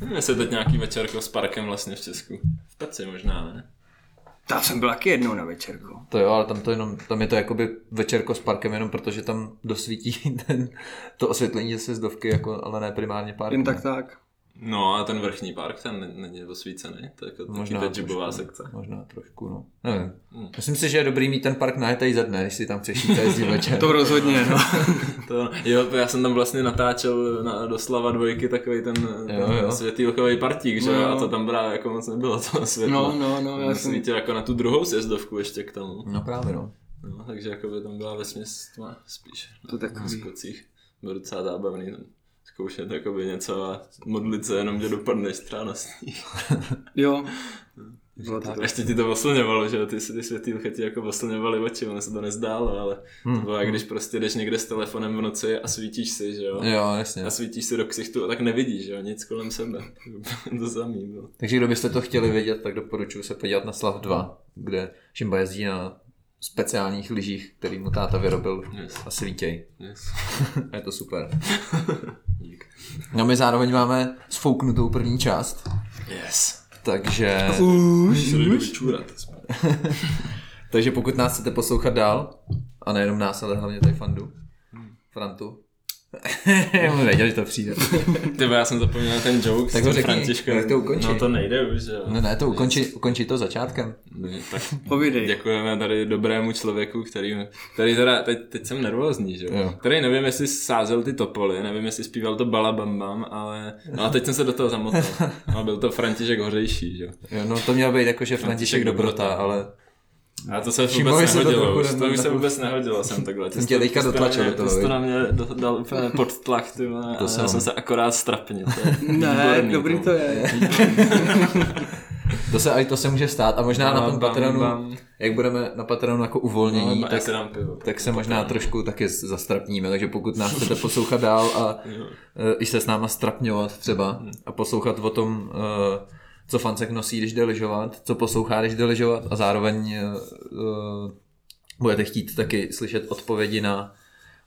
Speaker 1: Nevím, jestli teď nějaký večerko s parkem vlastně v Česku. V Peci možná, ne?
Speaker 3: Tam jsem byl taky jednou na večerku.
Speaker 2: To jo, ale tam, to jenom, tam je to jakoby večerko s parkem, jenom protože tam dosvítí ten, to osvětlení ze sjezdovky, jako, ale ne primárně park.
Speaker 3: Jen tak tak.
Speaker 1: No, a ten vrchní park, ten ne- není osvícený, to je jako taky
Speaker 2: Možná
Speaker 1: ta
Speaker 2: trošku,
Speaker 1: džibová
Speaker 2: no.
Speaker 1: sekce. Hm,
Speaker 2: Možná trošku, no. Nevím. Myslím si, že je dobrý mít ten park najetej ze dne, když si tam přešíte jezdí večer.
Speaker 3: To rozhodně, no.
Speaker 1: To, jo, já jsem tam vlastně natáčel na doslava dvojky takový ten,
Speaker 2: Jo,
Speaker 1: ten
Speaker 2: jo.
Speaker 1: světý okový partík, že
Speaker 3: No,
Speaker 1: jo?
Speaker 3: jo.
Speaker 1: A to tam právě jako moc nebylo to světlo.
Speaker 3: No, no, no, já
Speaker 1: já
Speaker 3: jsem-
Speaker 1: svítil jako na tu druhou sjezdovku ještě k tomu.
Speaker 2: No právě, no.
Speaker 1: No, takže jako by tam byla ve směs tma spíš.
Speaker 3: To
Speaker 1: na, na
Speaker 3: takový.
Speaker 1: skocích. Byl docela zábavný tam zkoušet jakoby něco a modlit se jenom, že dopadneš třeba na sníh.
Speaker 3: Jo. Bylo to
Speaker 1: A
Speaker 3: to.
Speaker 1: ještě ti to oslňovalo, že jo, ty, ty světýlka ti jako oslňovaly oči, ono se to nezdálo, ale to bylo jak když
Speaker 3: No.
Speaker 1: prostě jdeš někde s telefonem v noci a svítíš si, že jo.
Speaker 2: Hm. Jo, jasně.
Speaker 1: A svítíš si do ksichtu a tak nevidíš, že jo, nic kolem sebe. to samý bylo.
Speaker 2: Takže kdo byste to chtěli vědět, tak doporučuji se podívat na Slav 2, kde Šimba jezdí na speciálních lyžích, který mu táta vyrobil
Speaker 1: Yes.
Speaker 2: a svítěj.
Speaker 1: Yes.
Speaker 2: A je to super.
Speaker 1: Dík.
Speaker 2: No my zároveň máme sfouknutou první část,
Speaker 1: Yes.
Speaker 2: takže,
Speaker 1: Uh. Už se jdu čůrat. aspoň.
Speaker 2: takže pokud nás chcete poslouchat dál, a nejenom nás, ale hlavně tady Fandu,
Speaker 1: Hmm.
Speaker 2: Frantu, já mu věděl, že to přijde.
Speaker 1: Ty, já jsem zapomněl na ten joke
Speaker 2: Tak
Speaker 1: tak
Speaker 2: ho
Speaker 1: s tím
Speaker 2: řekni,
Speaker 1: Františkem.
Speaker 2: jak to ukončí.
Speaker 1: No to nejde už, jo.
Speaker 2: No ne, to ukonči, ukonči to začátkem.
Speaker 1: Ne, tak
Speaker 3: Povídej.
Speaker 1: děkujeme tady dobrému člověku, který, který teda, teď, teď jsem nervózní, že
Speaker 2: Jo.
Speaker 1: jo. Který nevím, jestli sázel ty topoly, nevím, jestli zpíval to balabambam, ale, no a teď jsem se do toho zamotal. A byl to František Hořejší, že jo.
Speaker 2: Jo, no to měl být jakože František
Speaker 1: František
Speaker 2: Dobrota, ale
Speaker 1: A to se už
Speaker 2: Šimovi
Speaker 1: vůbec
Speaker 2: se to
Speaker 1: nehodilo,
Speaker 2: trochu
Speaker 1: už to už se
Speaker 2: nehodilo.
Speaker 1: vůbec nehodilo, jsem takhle. Ty
Speaker 2: Jsem
Speaker 1: jsi
Speaker 2: tě
Speaker 1: to-
Speaker 2: teďka
Speaker 1: ty jsi to na
Speaker 2: dotlačil
Speaker 1: mě-
Speaker 2: do toho,
Speaker 1: Ty jsi
Speaker 2: viď?
Speaker 1: to na mě do- dal úplně pod tlak, ty vole, a
Speaker 2: jsem.
Speaker 1: já jsem se akorát strapnil. to je
Speaker 3: Ne,
Speaker 1: výborný,
Speaker 3: dobrý to je.
Speaker 2: to se, ale to se může stát. A možná na tom
Speaker 1: No, Bam, bam,
Speaker 2: Patronu,
Speaker 1: bam.
Speaker 2: jak budeme na Patronu jako uvolnění,
Speaker 1: No, tak
Speaker 2: tak
Speaker 1: se dám pivo.
Speaker 2: tak se možná trošku taky zastrapníme, takže pokud nás chcete poslouchat Hmm. dál a eh, i se s náma strapňovat třeba a poslouchat o tom, eh, co Fancek nosí, když jde lyžovat, co poslouchá, když jde lyžovat a zároveň eh, eh, budete chtít taky slyšet odpovědi na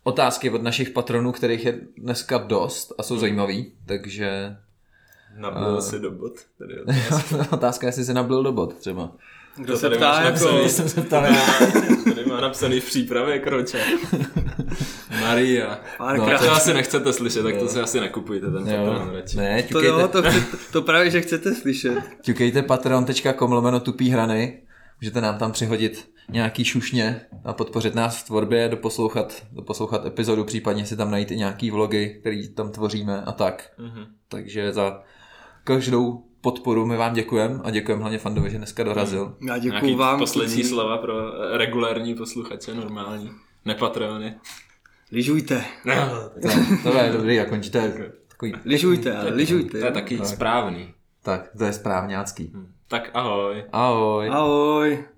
Speaker 2: otázky od našich patronů, kterých je dneska dost a jsou zajímavý, takže
Speaker 1: Nabil uh... si do bod. Tady
Speaker 2: otázka, jestli se nabil do bod třeba.
Speaker 3: Kdo se ptá, jako...
Speaker 2: Jsem se ptal já.
Speaker 1: Tady má napsaný v přípravě kroče. Maria.
Speaker 2: No,
Speaker 1: Tak to
Speaker 3: Párkrát.
Speaker 1: asi nechcete slyšet, tak to si asi nekupujte ten
Speaker 2: Jo.
Speaker 1: patron radši.
Speaker 2: Ne,
Speaker 3: To, jo,
Speaker 2: ťukejte,
Speaker 3: to, chcete, to právě, že chcete slyšet.
Speaker 2: ťukejte patreon.com lomeno tupý hrany, můžete nám tam přihodit nějaký šušně a podpořit nás v tvorbě, doposlouchat, doposlouchat epizodu, případně si tam najít i nějaký vlogy, který tam tvoříme a tak.
Speaker 1: Mhm.
Speaker 2: Takže za každou podporu my vám děkujeme a děkujeme hlavně Fandovi, že dneska dorazil.
Speaker 3: Já
Speaker 1: Nějaký
Speaker 3: děkuju vám.
Speaker 1: poslední
Speaker 3: kluci.
Speaker 1: slova pro eh, regulární posluchače, normální. Nepatreony.
Speaker 3: Lyžujte.
Speaker 1: No,
Speaker 2: To, to je dobrý a končíte takový.
Speaker 3: Lyžujte, ale lyžujte.
Speaker 1: to je taky správný.
Speaker 2: Hm. Tak, to je správňácký.
Speaker 1: Tak ahoj.
Speaker 2: Ahoj.
Speaker 3: Ahoj.